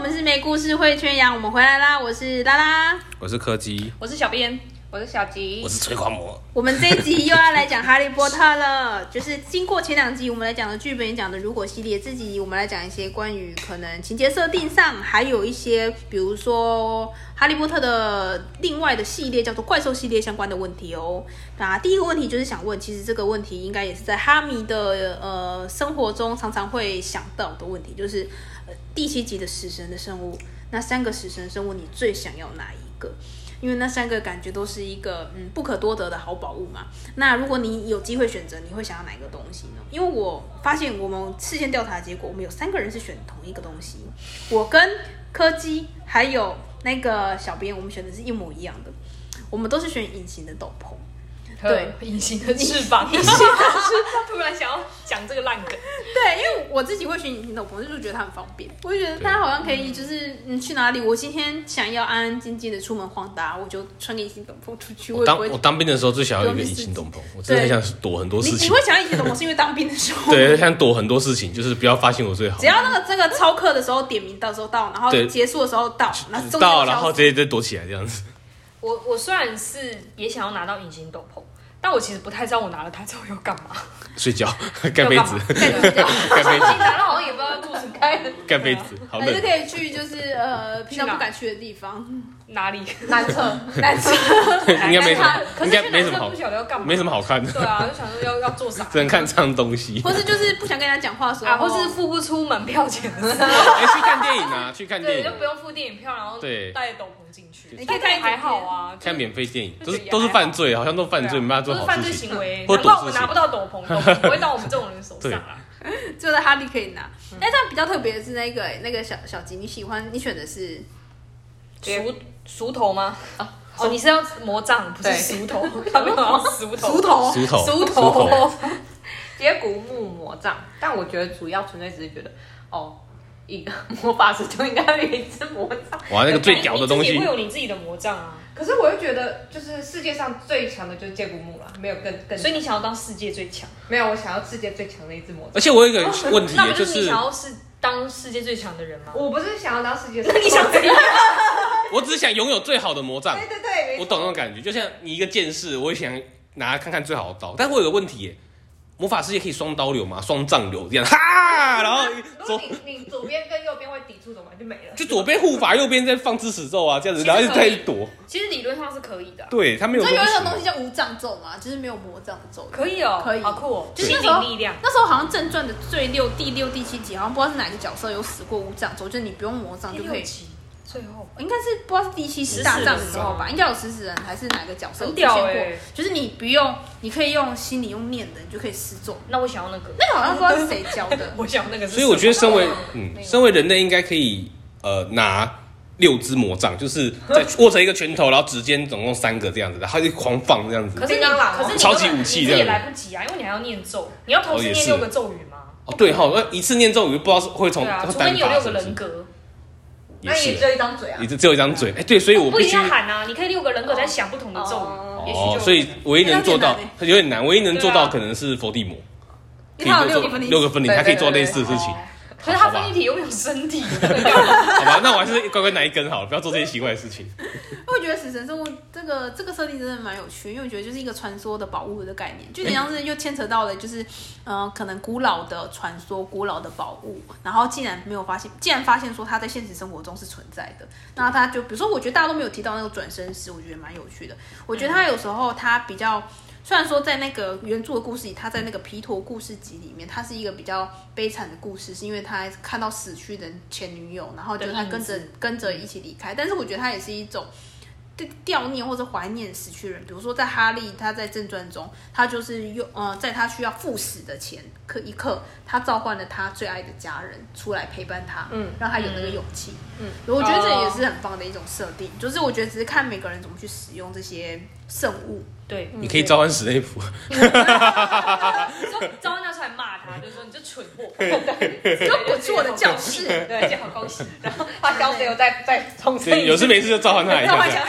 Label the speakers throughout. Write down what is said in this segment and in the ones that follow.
Speaker 1: 们是没故事会圈羊，我们回来啦！我是拉拉，
Speaker 2: 我是柯基，
Speaker 3: 我是小编，我是小吉
Speaker 2: 我，是催狂魔。
Speaker 1: 我们这一集又要来讲《哈利波特》了， 就是经过前两集我们来讲的剧本也讲的如果系列，这集我们来讲一些关于可能情节设定上，还有一些比如说《哈利波特》的另外的系列叫做怪兽系列相关的问题哦。那第一个问题就是想问，其实这个问题应该也是在哈迷的呃生活中常常会想到的问题，就是、呃、第七集的死神的生物，那三个死神生物你最想要哪一个？因为那三个感觉都是一个嗯不可多得的好宝物嘛。那如果你有机会选择，你会想要哪一个东西呢？因为我发现我们事先调查结果，我们有三个人是选同一个东西，我跟柯基还有那个小编，我们选的是一模一样的，我们都是选隐形的斗篷。对，
Speaker 3: 隐形的翅膀，隐形的翅膀，突然想要讲这个烂梗，
Speaker 1: 对，因为我自己会选隐形斗篷，就是觉得它很方便，我就觉得它好像可以，就是嗯去哪里，我今天想要安安静静的出门晃达，我就穿个隐形斗篷出去，我
Speaker 2: 我
Speaker 1: 也
Speaker 2: 当
Speaker 1: 不会
Speaker 2: 我当兵的时候最想要一个隐形斗篷，我真的很想躲很多
Speaker 1: 你
Speaker 2: 事
Speaker 1: 你
Speaker 2: 情
Speaker 1: 会。想要隐形斗篷是因为当兵的时候，
Speaker 2: 对，想躲很多事情，就是不要发现我最好
Speaker 1: 只。要那个这个操课的时候点名，到时候到，然后
Speaker 2: 对
Speaker 1: 结束的时候到，然后中间
Speaker 2: 到，
Speaker 1: 就消
Speaker 2: 然后
Speaker 1: 失
Speaker 2: 直接就躲起来这样子。
Speaker 3: 我我虽然是也想要拿到隐形斗篷，但我其实不太知道我拿了它之后要干嘛。
Speaker 2: 睡 觉，盖被子，
Speaker 3: 要干嘛对
Speaker 2: 盖被子，
Speaker 3: 拿到好像也不知道做什么，
Speaker 2: 盖被子， 好
Speaker 1: 还是
Speaker 2: 冷。
Speaker 1: 可以去就是呃平常不敢去的地方，
Speaker 3: 哪里？
Speaker 1: 男厕男厕。
Speaker 2: 应该没什么
Speaker 3: 但它，可
Speaker 2: 应
Speaker 3: 是
Speaker 2: 该没什么
Speaker 3: 去男厕
Speaker 2: 好
Speaker 3: 不，晓得要干嘛，
Speaker 2: 没什么。好看
Speaker 3: 对
Speaker 2: 的，
Speaker 3: 啊，就想说要要 做啥
Speaker 2: 只能看这样东西。
Speaker 1: 或是就是不想跟人家讲话的时候，
Speaker 3: 啊，或是付不出门票钱，
Speaker 2: 哎，去看电影啊，去看电
Speaker 3: 对，就
Speaker 2: 影，
Speaker 3: 不用付电影票，然后
Speaker 2: 对
Speaker 3: 带斗篷进去，
Speaker 1: 你可以
Speaker 3: 但
Speaker 1: 带
Speaker 3: 还好啊，就是
Speaker 2: 看免费电影，都是
Speaker 3: 就觉得
Speaker 2: 都是
Speaker 3: 还好啊
Speaker 2: 犯罪，啊好像都犯罪，没办法
Speaker 3: 都
Speaker 2: 做
Speaker 3: 是
Speaker 2: 好
Speaker 3: 犯罪
Speaker 2: 事情。
Speaker 3: 行为，
Speaker 2: 或
Speaker 3: 难怪
Speaker 2: 懂
Speaker 3: 我
Speaker 2: 事
Speaker 3: 们
Speaker 2: 情
Speaker 3: 拿不到斗篷，斗篷不会到我们这种人手上啦。
Speaker 1: 只有在哈利可以拿。哎，但比较特别的是那个那个小小吉，你喜欢你选的是
Speaker 3: 熟熟头吗？哦，你是要魔杖，不是
Speaker 4: 对
Speaker 3: 熟 头，他没有要熟头，哦
Speaker 1: 竹头，
Speaker 2: 熟头，
Speaker 4: 熟
Speaker 2: 熟
Speaker 4: 头，接骨木魔杖。但我觉得主要纯粹只是觉得，哦，一个魔法师就应该有一只魔杖。
Speaker 2: 哇，那个最屌的东
Speaker 3: 你自己
Speaker 2: 西
Speaker 3: 会，有你自己的魔杖啊，
Speaker 4: 可是我又觉得，就是世界上最强的就是接骨木了，没有更更。
Speaker 3: 所
Speaker 4: 所
Speaker 3: 以
Speaker 4: 以
Speaker 3: 你想要当世界最强，
Speaker 4: 没有，我想要世界最强的一只魔杖。
Speaker 2: 而且我有一个问题
Speaker 3: 那不，
Speaker 2: 就
Speaker 3: 就是你
Speaker 2: 是
Speaker 3: 想要是当世界最强的人吗？
Speaker 4: 我不是想要当世界，
Speaker 3: 那你想 怎样？
Speaker 2: 我只想拥有最好的魔杖
Speaker 4: 对。对对，
Speaker 2: 我
Speaker 4: 没
Speaker 2: 懂那种感觉，就像你一个剑士，我也想拿看看最好的刀，但我有个问题耶，魔法师也可以双刀流嘛，双杖流这样， 哈，然后
Speaker 4: 如
Speaker 2: 左
Speaker 4: 果你你左边跟右边会抵触，怎么就没了？
Speaker 2: 就左边护法，右边在放支持咒啊，这样子，
Speaker 3: 其实
Speaker 2: 然后一直
Speaker 3: 可
Speaker 2: 在
Speaker 3: 以
Speaker 2: 躲，
Speaker 3: 其实理论上是可以的啊，
Speaker 2: 对他没有
Speaker 1: 那
Speaker 2: 说
Speaker 1: 有
Speaker 2: 不
Speaker 1: 一种
Speaker 2: 行
Speaker 1: 东西叫无障咒嘛，就是没有魔杖的咒。
Speaker 3: 可以哦，
Speaker 1: 可以
Speaker 3: 好酷哦，
Speaker 1: 就是
Speaker 3: 心
Speaker 1: 那时候
Speaker 3: 灵力量。
Speaker 1: 那时候好像正传的最六第六第七集，好像不知道是哪个角色有使过无障咒，就是你不用魔杖就可以
Speaker 3: 集最后
Speaker 1: 应该是不知道是第七十大战的时候吧，应该有食死人还是哪个角色有出
Speaker 3: 很
Speaker 1: 现
Speaker 3: 屌
Speaker 1: 过，
Speaker 3: 哎，
Speaker 1: 就是你不用，你可以用心里用念的，你就可以施咒。
Speaker 3: 那我想要那个，，
Speaker 1: 那个好像不知道是谁 教的
Speaker 3: 我想要那个是什么，
Speaker 2: 所以我觉得身为嗯
Speaker 3: 没，有
Speaker 2: 身为人类应该可以呃拿六支魔杖，就是在握成一个拳头，然后指尖总共三个这样子，然后就狂放这样子
Speaker 3: 可。是你，
Speaker 4: 叮当狼哦
Speaker 3: 可是你
Speaker 2: 超级武器
Speaker 3: 你
Speaker 2: 这样
Speaker 3: 也来不及啊，因为你还要念咒，你要同时
Speaker 2: 哦也
Speaker 3: 念
Speaker 2: 是
Speaker 3: 六个咒语吗？
Speaker 2: 哦，对哈，那一次念咒语不知道是会从
Speaker 3: 对啊，
Speaker 2: 会
Speaker 3: 除非
Speaker 2: 哦单
Speaker 3: 你有
Speaker 2: 发
Speaker 3: 六
Speaker 2: 是
Speaker 3: 个
Speaker 2: 不是
Speaker 3: 人？格，
Speaker 2: 也
Speaker 4: 那也
Speaker 2: 是，
Speaker 4: 就一张嘴啊
Speaker 2: 你。只只有一张嘴，哎，对，所以我
Speaker 3: 不
Speaker 2: 必
Speaker 3: 一定
Speaker 2: 须
Speaker 3: 要喊啊，你可以六个人格在想不同的咒语，也许就
Speaker 2: 哦
Speaker 3: 有，
Speaker 2: 所以唯一能做到
Speaker 1: 那有点难
Speaker 2: 有点难，唯一能做
Speaker 3: 对
Speaker 2: 到
Speaker 3: 啊
Speaker 2: 可能是佛地魔，
Speaker 1: 因为它有六
Speaker 2: 可
Speaker 1: 个
Speaker 2: 以做
Speaker 1: 分离
Speaker 2: 六个分离，
Speaker 4: 对对
Speaker 2: 他可以做
Speaker 4: 对
Speaker 2: 类
Speaker 4: 对
Speaker 2: 似的事情
Speaker 3: 哦。可是他分一体又没有身体，不能干嘛
Speaker 2: 好吧，那我还是乖乖拿一根好了，不要做这些奇怪的事情。
Speaker 1: 因为我觉得死神生物这个这个设定真的蛮有趣，因为我觉得就是一个传说的宝物的概念，就有点像是又牵扯到了就是， 呃，可能古老的传说、古老的宝物，然后竟然没有发现，竟然发现说它在现实生活中是存在的，那它就比如说，我觉得大家都没有提到那个转身石，我觉得蛮有趣的。我觉得它有时候它比较。虽然说在那个原著的故事里，它在那个皮陀故事集里面，它是一个比较悲惨的故事，是因为他看到死去的前女友，然后就是他跟着
Speaker 3: 的影
Speaker 1: 跟着一起离开。但是我觉得它也是一种对悼念或者怀念死去的人，比如说在哈利他在正传中，他就是用呃，在他需要赴死的前刻一刻，他召唤了他最爱的家人出来陪伴他，嗯，让他有那个勇气，嗯，我觉得这也
Speaker 3: 哦
Speaker 1: 是很棒的一种设定，就是我觉得只是看每个人怎么去使用这些圣物，
Speaker 3: 对，
Speaker 2: 你可以召唤史内普，
Speaker 3: 你说招人家出来骂他，就说你这蠢货，
Speaker 1: 给我滚出我的教室，
Speaker 3: 对，而且好高兴，然后
Speaker 4: 他消费又再再 重
Speaker 2: 所以有事没事就召唤他一
Speaker 1: 然后
Speaker 2: 下
Speaker 1: 还
Speaker 2: 这
Speaker 1: 想
Speaker 2: 样。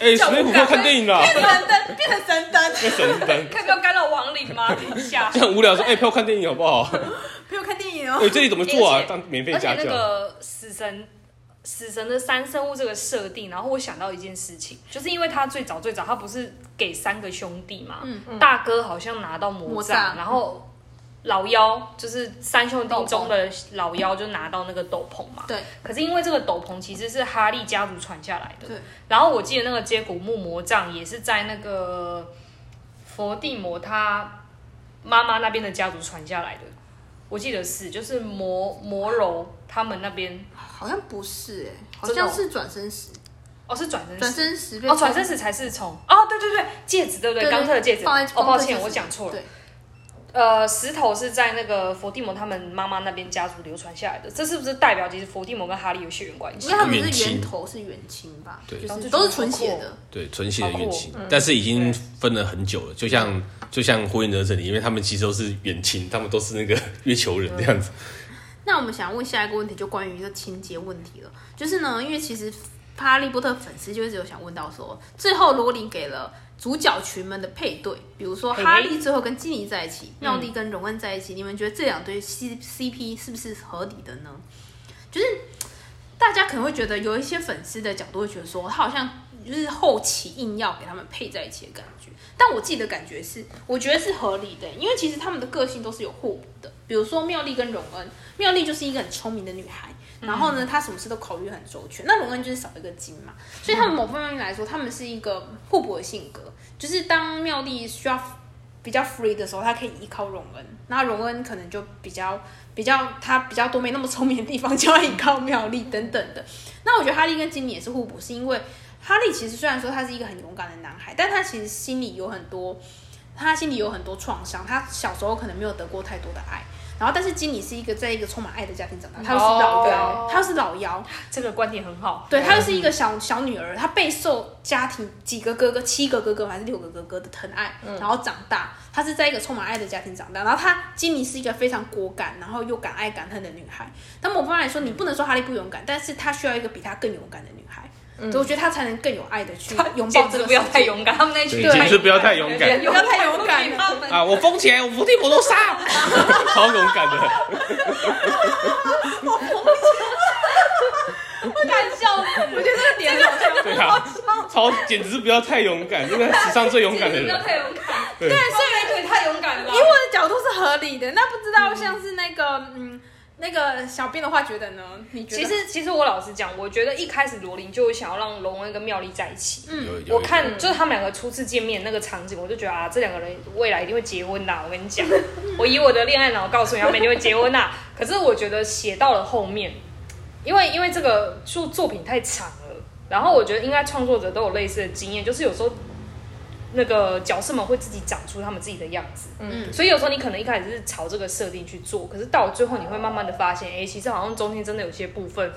Speaker 1: 哎，史内普，
Speaker 2: 哎，史内普快看电影啦！
Speaker 1: 变成灯，变成神灯，
Speaker 2: 神灯，
Speaker 3: 可以不要干扰亡灵吗？等一下，
Speaker 2: 这样无聊说，哎，陪我看电影好不好？
Speaker 1: 陪我看电影哦。
Speaker 2: 喂，这里怎么做
Speaker 3: 而
Speaker 2: 啊？
Speaker 3: 且
Speaker 2: 当免费
Speaker 3: 而且
Speaker 2: 家
Speaker 3: 那
Speaker 2: 教。
Speaker 3: 个死神，死神的三生物这个设定，然后我想到一件事情，就是因为他最早最早他不是给三个兄弟嘛，大哥好像拿到魔
Speaker 1: 魔
Speaker 3: 杖，
Speaker 1: 杖
Speaker 3: 然后老妖就是三兄弟中的老妖就拿到那个斗篷嘛，
Speaker 1: 对
Speaker 3: 可是因为这个斗篷其实是哈利家族传下来的，
Speaker 1: 对。
Speaker 3: 然后我记得那个接骨木魔杖也是在那个佛地魔他妈妈那边的家族传下来的，我记得是就是魔魔柔他们那边
Speaker 1: 好像不是哎、好
Speaker 3: 真的哦
Speaker 1: 像是转身石，
Speaker 3: 哦是转生
Speaker 1: 转
Speaker 3: 石
Speaker 1: 身石被
Speaker 3: 哦转生石才是从哦对对对戒指对不对？
Speaker 1: 对对
Speaker 3: 冈特的戒指
Speaker 1: 放在
Speaker 3: 哦抱
Speaker 1: 放在戒
Speaker 3: 歉
Speaker 1: 指
Speaker 3: 我讲错了
Speaker 1: 对。
Speaker 3: 呃，石头是在那个佛地魔他们妈妈那边家族流传下来的，这是不是代表其实佛地魔跟哈利有血缘关系
Speaker 1: 因为？他们
Speaker 2: 远
Speaker 1: 是
Speaker 2: 亲
Speaker 1: 源头是远亲吧，
Speaker 2: 对
Speaker 1: 就是都是纯血
Speaker 3: 哦
Speaker 1: 的，
Speaker 2: 对，纯血的
Speaker 3: 好
Speaker 2: 远
Speaker 3: 酷
Speaker 2: 亲，但是已经分了很久了，就像就像火影忍者里，因为他们其实都是远亲，他们都是那个月球人这样子。
Speaker 1: 那我们想问下一个问题，就关于一个情节问题了，就是呢，因为其实哈利波特粉丝就一直有想问到说，最后罗琳给了主角群们的配对，比如说
Speaker 3: 嘿
Speaker 1: 哈利最后跟基尼在一起，妙丽跟荣恩在一起，你们觉得这两对 C CP 是不是合理的呢？就是大家可能会觉得有一些粉丝的角度会觉得说，他好像就是后期硬要给他们配在一起的感觉。但我自己的感觉是，我觉得是合理的，因为其实他们的个性都是有互补的。比如说妙丽跟荣恩，妙丽就是一个很聪明的女孩，然后呢，她什么事都考虑很周全。那荣恩就是少一个金嘛，所以他们某方面来说，他们是一个互补的性格。就是当妙丽需要比较 free 的时候，她可以依靠荣恩，那荣恩可能就比较比较他比较多没那么聪明的地方，就要依靠妙丽等等的。那我觉得哈利跟金妮也是互补，是因为哈利其实虽然说他是一个很勇敢的男孩，但他其实心里有很多，他心里有很多创伤，他小时候可能没有得过太多的爱。然后，但是金妮是一个在一个充满爱的家庭长大，她又是老幺
Speaker 3: 哦
Speaker 1: 她又啊是老幺，
Speaker 3: 这个观点很好，
Speaker 1: 对，她就是一个小小女儿，她备受家庭几个哥哥、七个哥哥还是六个哥哥的疼爱，
Speaker 3: 嗯
Speaker 1: 然后长大，她是在一个充满爱的家庭长大。然后她基米是一个非常果敢，然后又敢爱敢恨的女孩。但某方面来说，你不能说哈利不勇敢，但是她需要一个比她更勇敢的女孩，所以我觉得她才能更有爱的去拥抱
Speaker 3: 简
Speaker 1: 这
Speaker 3: 直
Speaker 1: 个
Speaker 3: 嗯不要
Speaker 1: 世界
Speaker 3: 太勇敢，他们那群
Speaker 2: 对，简直不要太勇敢
Speaker 1: 不要太勇敢了。
Speaker 2: 啊！我疯起来，我伏地魔都杀， 超勇敢 的。
Speaker 3: 不敢笑死，我觉得这个点好笑，
Speaker 2: 对啊，超简直是不要太勇敢，这个史上最勇敢的
Speaker 3: 不要
Speaker 2: 人。
Speaker 3: 太勇敢，
Speaker 2: 对，
Speaker 3: 所以腿太勇敢了吧，
Speaker 1: 以我的角度是合理的，那不知道像是那个嗯那个小编的话觉得呢？你觉得？啊
Speaker 3: 其实，其实我老实讲，我觉得一开始罗琳就想要让荣恩跟妙丽在一起。
Speaker 2: 有有
Speaker 3: 嗯我看就是他们两个初次见面那个场景，我就觉得啊，这两个人未来一定会结婚呐！我跟你讲，我以我的恋爱脑告诉你，他们一定会结婚呐。可是我觉得写到了后面，因为因为这个作作品太长了，然后我觉得应该创作者都有类似的经验，就是有时候那个角色们会自己长出他们自己的样子。
Speaker 1: 嗯
Speaker 3: 所以有时候你可能一开始是朝这个设定去做，可是到了最后你会慢慢的发现，哎、其实好像中间真的有些部分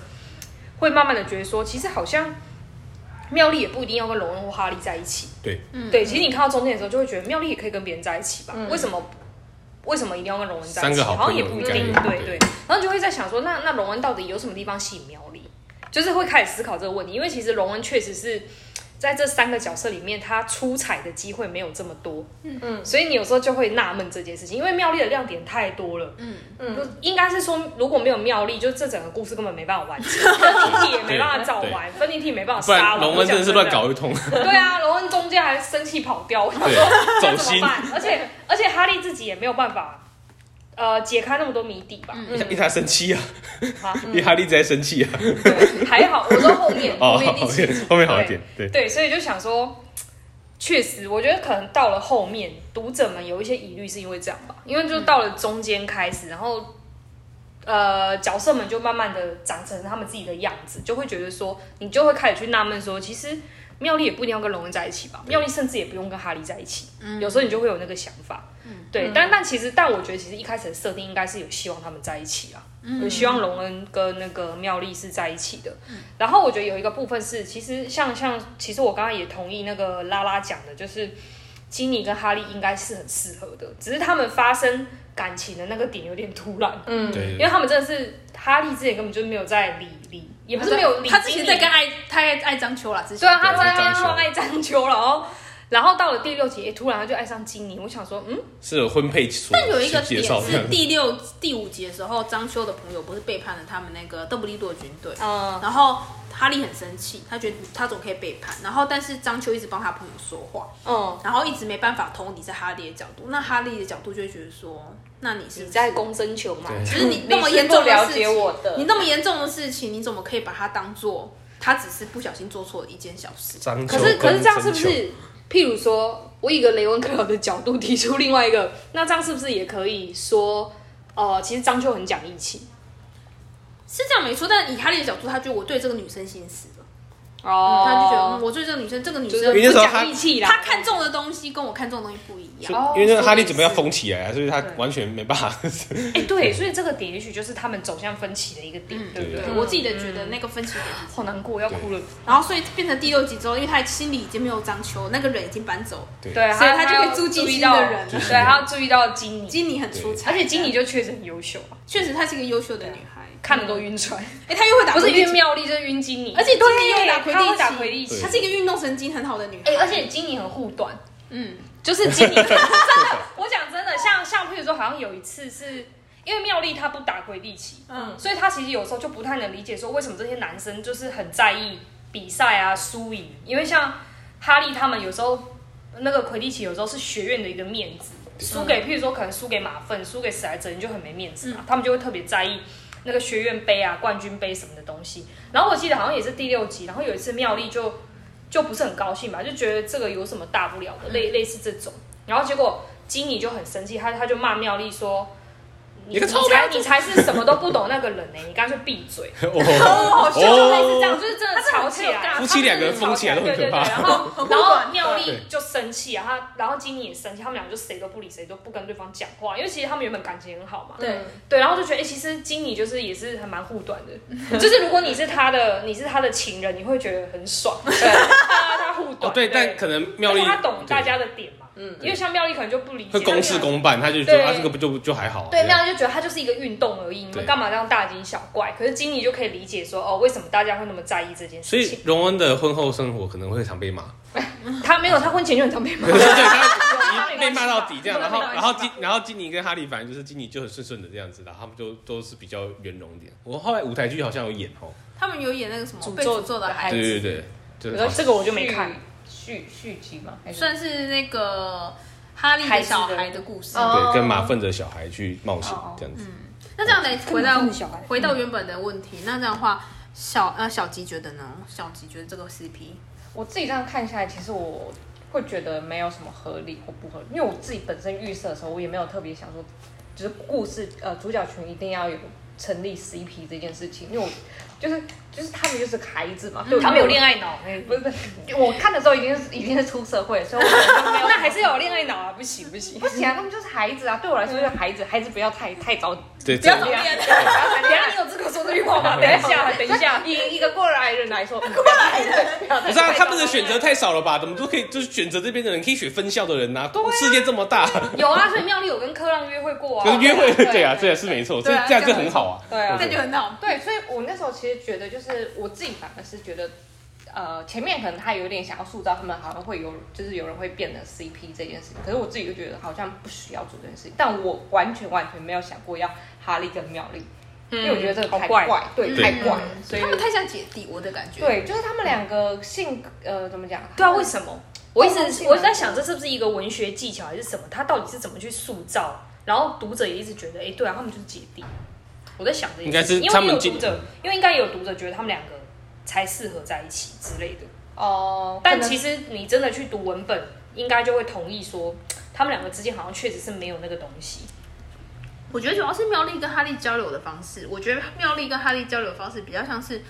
Speaker 3: 会慢慢的觉得说，其实好像妙丽也不一定要跟荣恩或哈利在一起。
Speaker 2: 对
Speaker 1: 嗯
Speaker 3: 对，其实你看到中间的时候，就会觉得妙丽也可以跟别人在一起吧？为什么？为什么一定要跟荣恩在一
Speaker 2: 三
Speaker 3: 起？
Speaker 2: 个好
Speaker 3: 好
Speaker 2: 朋友
Speaker 3: 像也不一定，
Speaker 2: 应该
Speaker 3: 对对。然后就会在想说，那那荣恩到底有什么地方吸引妙丽？就是会开始思考这个问题，因为其实荣恩确实是在这三个角色里面，他出彩的机会没有这么多，嗯嗯，所以你有时候就会纳闷这件事情，因为妙丽的亮点太多了，
Speaker 1: 嗯
Speaker 3: 就应该是说如果没有妙丽，就这整个故事根本没办法 完结，芬妮体也没办法找完，芬妮体也没办法
Speaker 2: 不
Speaker 3: 杀
Speaker 2: 然
Speaker 3: 完，
Speaker 2: 龙恩真的是乱搞一通。
Speaker 3: 对啊，罗恩中间还生气跑掉，我想
Speaker 2: 对
Speaker 3: 说
Speaker 2: 走
Speaker 3: 那怎
Speaker 2: 心
Speaker 3: 么办？而且而且哈利自己也没有办法，呃，解开那么多嗯谜底吧？
Speaker 2: 因为他生气啊，
Speaker 3: 啊，
Speaker 2: 因为哈利在生气啊。
Speaker 3: 对还好，我说后面
Speaker 2: 哦，
Speaker 3: 后面第
Speaker 2: 后
Speaker 3: 七集
Speaker 2: 面后面好一点，对。
Speaker 3: 对，所以就想说，确实，我觉得可能到了后面，读者们有一些疑虑，是因为这样吧，因为就到了中间开始，然后呃，角色们就慢慢的长成他们自己的样子，就会觉得说，你就会开始去纳闷说，其实妙丽也不一定要跟荣恩在一起吧，妙丽甚至也不用跟哈利在一起，有时候你就会有那个想法。对，但但其实，但我觉得其实一开始的设定应该是有希望他们在一起啊，有希望荣恩跟那个妙丽是在一起的。然后我觉得有一个部分是，其实像像，其实我刚刚也同意那个拉拉讲的，就是基尼跟哈利应该是很适合的，只是他们发生感情的那个点有点突然，
Speaker 4: 嗯，
Speaker 2: 对
Speaker 3: 因为他们真的是哈利之前根本就没有在理理，也不是没有理
Speaker 1: 他之
Speaker 3: 经
Speaker 1: 前
Speaker 3: 理
Speaker 1: 在跟爱，他爱爱张秋啦，之前
Speaker 3: 对啊，他
Speaker 2: 对爱
Speaker 3: 在那
Speaker 2: 张
Speaker 3: 边
Speaker 2: 秋
Speaker 3: 乱爱张秋了，然后然后到了第六集，诶突然他就爱上金妮，我想说，嗯，
Speaker 2: 是有婚配所
Speaker 1: 但有一个
Speaker 2: 去介
Speaker 1: 点
Speaker 2: 绍这
Speaker 1: 是
Speaker 2: 样
Speaker 1: 第六、第五集的时候，张修的朋友不是背叛了他们那个邓布利多的军队，
Speaker 3: 呃，
Speaker 1: 然后哈利很生气，他觉得他总可以背叛，然后但是张秋一直帮他朋友说话，
Speaker 3: 嗯，
Speaker 1: 然后一直没办法同理在哈利的角度，那哈利的角度就会觉得说，那你是
Speaker 3: 你
Speaker 1: 不
Speaker 3: 在
Speaker 1: 是？
Speaker 3: 公争球嘛，
Speaker 2: 对
Speaker 1: 只是你那么严重
Speaker 4: 你是不
Speaker 1: 的
Speaker 4: 了
Speaker 1: 事
Speaker 4: 解
Speaker 1: 情，
Speaker 4: 我的嗯
Speaker 1: 你那么严重的事情，你怎么可以把它当做他只是不小心做错了一件小事？
Speaker 2: 张
Speaker 3: 可
Speaker 2: 秋
Speaker 3: 是可是
Speaker 2: 跟
Speaker 3: 这样是
Speaker 2: 曾
Speaker 3: 不
Speaker 2: 秋
Speaker 3: 是？譬如说，我以一个雷文克劳的角度提出另外一个，那这样是不是也可以说，呃，其实张秋很讲义气
Speaker 1: 是这样没错，但以哈利的角度，他觉得我对这个女生心死了，
Speaker 3: 哦
Speaker 1: 他就觉得、嗯、我对这个女生，这个女
Speaker 3: 就
Speaker 1: 生
Speaker 3: 是
Speaker 2: 因为那
Speaker 3: 不
Speaker 2: 时候
Speaker 3: 讲义气啦，
Speaker 1: 她看中的东西跟我看中的东西不一样
Speaker 2: 就。
Speaker 3: 哦
Speaker 2: 因为那个哈利
Speaker 3: 所以
Speaker 2: 准备要
Speaker 3: 是
Speaker 2: 封起来，啊所以他
Speaker 1: 对
Speaker 2: 完全没办 法。
Speaker 3: 哎、对，所以这个点也许就是他们走向分歧的一个点，对不
Speaker 2: 嗯对
Speaker 1: 嗯
Speaker 3: 对？
Speaker 1: 对我自己的觉得那个分歧点是
Speaker 3: 好难过，要哭了。
Speaker 1: 然后所以变成第六集之后，因为他心里已经没有张秋，那个人已经搬走，
Speaker 2: 对
Speaker 3: 对，
Speaker 1: 所以他就
Speaker 3: 要
Speaker 1: 会注进
Speaker 3: 注意
Speaker 1: 新
Speaker 3: 到
Speaker 1: 的人了
Speaker 3: 对，他要注意到金妮，
Speaker 1: 经理很出彩，
Speaker 3: 而且金妮就确实很优秀啊，
Speaker 1: 确实她是一个优秀的女孩，
Speaker 3: 看的都晕船，
Speaker 1: 哎，她又会打，
Speaker 3: 不是晕，妙丽就是晕金妮，
Speaker 1: 而且金妮又会打
Speaker 3: 对她会打
Speaker 1: 魁
Speaker 3: 魁
Speaker 1: 地
Speaker 3: 地
Speaker 1: 奇，
Speaker 3: 奇
Speaker 2: 对，
Speaker 1: 她是一个运动神经很好的女孩，
Speaker 3: 哎、而且金妮很护短，
Speaker 1: 嗯，
Speaker 3: 就是金妮，真的，我讲真的，像像譬如说，好像有一次是因为妙丽她不打魁地奇，
Speaker 1: 嗯
Speaker 3: 所以她其实有时候就不太能理解说为什么这些男生就是很在意比赛啊输赢，因为像哈利他们有时候那个魁地奇有时候是学院的一个面子，输给譬如说可能输给马粪，输给史莱哲林就很没面子嘛，他们就会特别在意。那个学院杯啊、冠军杯什么的东西，然后我记得好像也是第六集，然后有一次妙丽就就不是很高兴吧，就觉得这个有什么大不了的，类类似这种。然后结果基尼就很生气，他他就骂妙丽说：“你
Speaker 2: 你个
Speaker 3: 你
Speaker 2: 臭
Speaker 3: 才你才是什么都不懂那个人呢、你干脆闭嘴。
Speaker 2: 哦，
Speaker 3: 就”就类似这样，就是真的吵起
Speaker 1: 他
Speaker 3: 来。
Speaker 2: 夫妻两个人疯起来都
Speaker 3: 对
Speaker 2: 很可
Speaker 3: 对对，
Speaker 2: 怕。
Speaker 3: 然后
Speaker 1: 很
Speaker 3: 然
Speaker 1: 短
Speaker 3: 后妙丽
Speaker 2: 对
Speaker 3: 就生气啊，他然后基尼也生气，他们俩就谁都不理谁，都不跟对方讲话，因为其实他们原本感情很好嘛。
Speaker 4: 嗯
Speaker 1: 对，
Speaker 3: 对，然后就觉得，哎、其实经理就是也是还蛮护短的，就是如果你是他的，你是他的情人，你会觉得很爽，对，他他护
Speaker 2: 哦
Speaker 3: 短，
Speaker 2: 对，但可能妙
Speaker 3: 而
Speaker 2: 丽
Speaker 3: 且他懂大
Speaker 2: 对
Speaker 3: 家的点嘛，嗯，因为像妙丽可能就不理解，
Speaker 2: 会公事公办，他就觉
Speaker 3: 对
Speaker 2: 得啊这个不就就还好啊。
Speaker 3: 对，
Speaker 2: 这
Speaker 3: 妙
Speaker 2: 样
Speaker 3: 丽就觉得他就是一个运动而已，你
Speaker 2: 对
Speaker 3: 们干嘛这样大惊小怪？可是经理就可以理解说，哦，为什么大家会那么在意这件
Speaker 2: 所
Speaker 3: 事
Speaker 2: 以
Speaker 3: 情？
Speaker 2: 荣恩的婚后生活可能会常被 骂，
Speaker 3: 他没有，他婚前就很常被骂
Speaker 2: 对，
Speaker 3: 没
Speaker 2: 他一 被骂到底这样，然
Speaker 3: 关系吧
Speaker 2: 后
Speaker 3: 没关
Speaker 2: 然
Speaker 3: 系
Speaker 2: 后金然后金妮跟哈利反正就是金妮就很顺顺的这样子，然后他们就都是比较圆融一点。我后来舞台剧好像有演哦，
Speaker 1: 他们有演那个什么
Speaker 3: 诅
Speaker 1: 被
Speaker 3: 咒
Speaker 1: 诅咒的孩
Speaker 3: 孩
Speaker 1: 子，
Speaker 2: 对
Speaker 3: 子
Speaker 2: 对对，就是
Speaker 3: 我说这个我就没看，
Speaker 4: 续续集吗？还是
Speaker 1: 算是那个哈利的小孩的故事。
Speaker 4: 孩子的
Speaker 2: 对跟马粪的小孩去冒险
Speaker 4: 哦
Speaker 2: 这样子。
Speaker 3: 嗯
Speaker 1: 那这样得回到
Speaker 3: 根本不是小孩
Speaker 1: 回到原本的问题，那这样的话，小呃小吉觉得呢？小吉觉得这个 CP
Speaker 4: 我自己这样看下来，其实我会觉得没有什么合理或不合理，因为我自己本身预设的时候，我也没有特别想说，就是故事呃主角群一定要有成立 CP 这件事情，因为我就是就是他们就是孩子嘛，对
Speaker 3: 他没有恋
Speaker 4: 爱，
Speaker 3: 爱脑，哎
Speaker 4: 不是不是，我看的时候已经是已经是出社会，所以我可能没有
Speaker 3: 那还是要有恋爱脑啊，不行不行
Speaker 4: 不。行啊，他们就是孩子啊，对我来说就是孩子，孩子不要太太早
Speaker 2: 对，
Speaker 1: 不要
Speaker 2: 这
Speaker 1: 早
Speaker 2: 样
Speaker 1: 恋
Speaker 4: 不要谈
Speaker 3: 啊等一
Speaker 4: 恋爱
Speaker 3: 下你有资格说这句 话 吗？等一下，等一 下，
Speaker 4: 以一个过来人来说， 过来人，
Speaker 2: 不是啊，他们的选择太少了吧？啊怎么都可以，就是选择这边的人，可以选分校的人呐、世界这么大，
Speaker 3: 有啊，所以妙丽有跟科浪约会过 啊，
Speaker 2: 可是约会，
Speaker 3: 对啊
Speaker 2: 对啊，对啊，是没错，这
Speaker 1: 对啊
Speaker 2: 这样
Speaker 1: 这
Speaker 2: 这
Speaker 1: 样
Speaker 2: 很好啊。
Speaker 4: 对啊
Speaker 1: 这就很好。
Speaker 4: 对，所以我那时候其实觉得，就是我自己反而是觉得，呃，前面可能他有点想要塑造他们好像会有，就是有人会变得 CP 这件事情，可是我自己就觉得好像不需要做这件事情，但我完全完全没有想过要哈利跟妙丽，
Speaker 3: 嗯
Speaker 4: 因为我觉得这个
Speaker 3: 好
Speaker 4: 太
Speaker 2: 哦
Speaker 3: 怪嗯
Speaker 4: 对，
Speaker 2: 对
Speaker 4: 太怪了，所以
Speaker 1: 他们太像姐弟，我的感觉。，
Speaker 4: 对，就是他们两个性格呃怎么讲？
Speaker 3: 对啊，为什么？我一
Speaker 4: 共同
Speaker 3: 直
Speaker 4: 性
Speaker 3: 我一直在想，这是不是一个文学技巧还是什么？他到底是怎么去塑造？然后读者也一直觉得，哎、对啊，他们就是姐弟。我在想这件事情
Speaker 2: 应该是他
Speaker 3: 因为
Speaker 2: 们
Speaker 3: 有
Speaker 2: 进
Speaker 3: 读者，因为应该有读者觉得他们两个才适合在一起之类的。
Speaker 4: 哦、
Speaker 3: 但其
Speaker 4: 实
Speaker 3: 实你真的去读文本，应该就会同意说，他们两个之间好像确实是没有那个东西。
Speaker 1: 我觉得主要是妙丽跟哈利交流的方式。我觉得妙丽跟哈利交流的方式比较像是，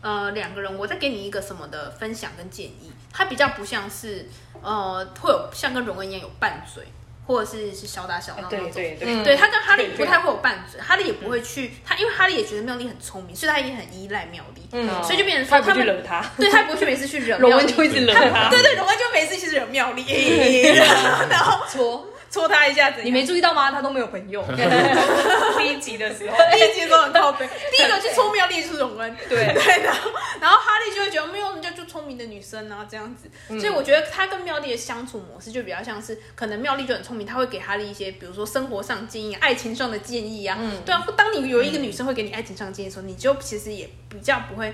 Speaker 1: 呃，两个人我再给你一个什么的分享跟建议，它比较不像是，呃，会有像跟荣恩一样有拌嘴，或者是是小打小闹那
Speaker 3: 对
Speaker 1: 种。
Speaker 3: 对对，
Speaker 4: 嗯
Speaker 1: 对他跟哈利
Speaker 3: 对
Speaker 1: 不
Speaker 3: 对嗯
Speaker 1: 太会有拌嘴，哈利也不会去他，因为哈利也觉得妙丽很聪明，所以他也很依赖妙丽，
Speaker 4: 嗯
Speaker 1: 所以就变成说
Speaker 3: 他不
Speaker 1: 他
Speaker 3: 去
Speaker 1: 们
Speaker 3: 惹他，
Speaker 1: 对他不会去每次 去惹
Speaker 3: 荣
Speaker 1: 妙
Speaker 3: 恩
Speaker 1: 丽，
Speaker 3: 就一直惹他，
Speaker 1: 对对，荣恩就每次去惹妙丽，然后
Speaker 3: 搓
Speaker 1: 戳他一下子，
Speaker 3: 你没注意到吗？他都没有朋 友。 第一集的时候，
Speaker 1: 第一集都很靠背，第一个去冲妙丽是荣恩，
Speaker 3: 对
Speaker 1: 对，然后然后哈利就会觉得没有人家就聪明的女生啊这样子，
Speaker 3: 嗯
Speaker 1: 所以我觉得他跟妙丽的相处模式就比较像是，可能妙丽就很聪明，他会给哈利一些比如说生活上建议、爱情上的建议啊，
Speaker 3: 嗯
Speaker 1: 对啊，当你有一个女生会给你爱情上建议的时候，你就其实也比较不会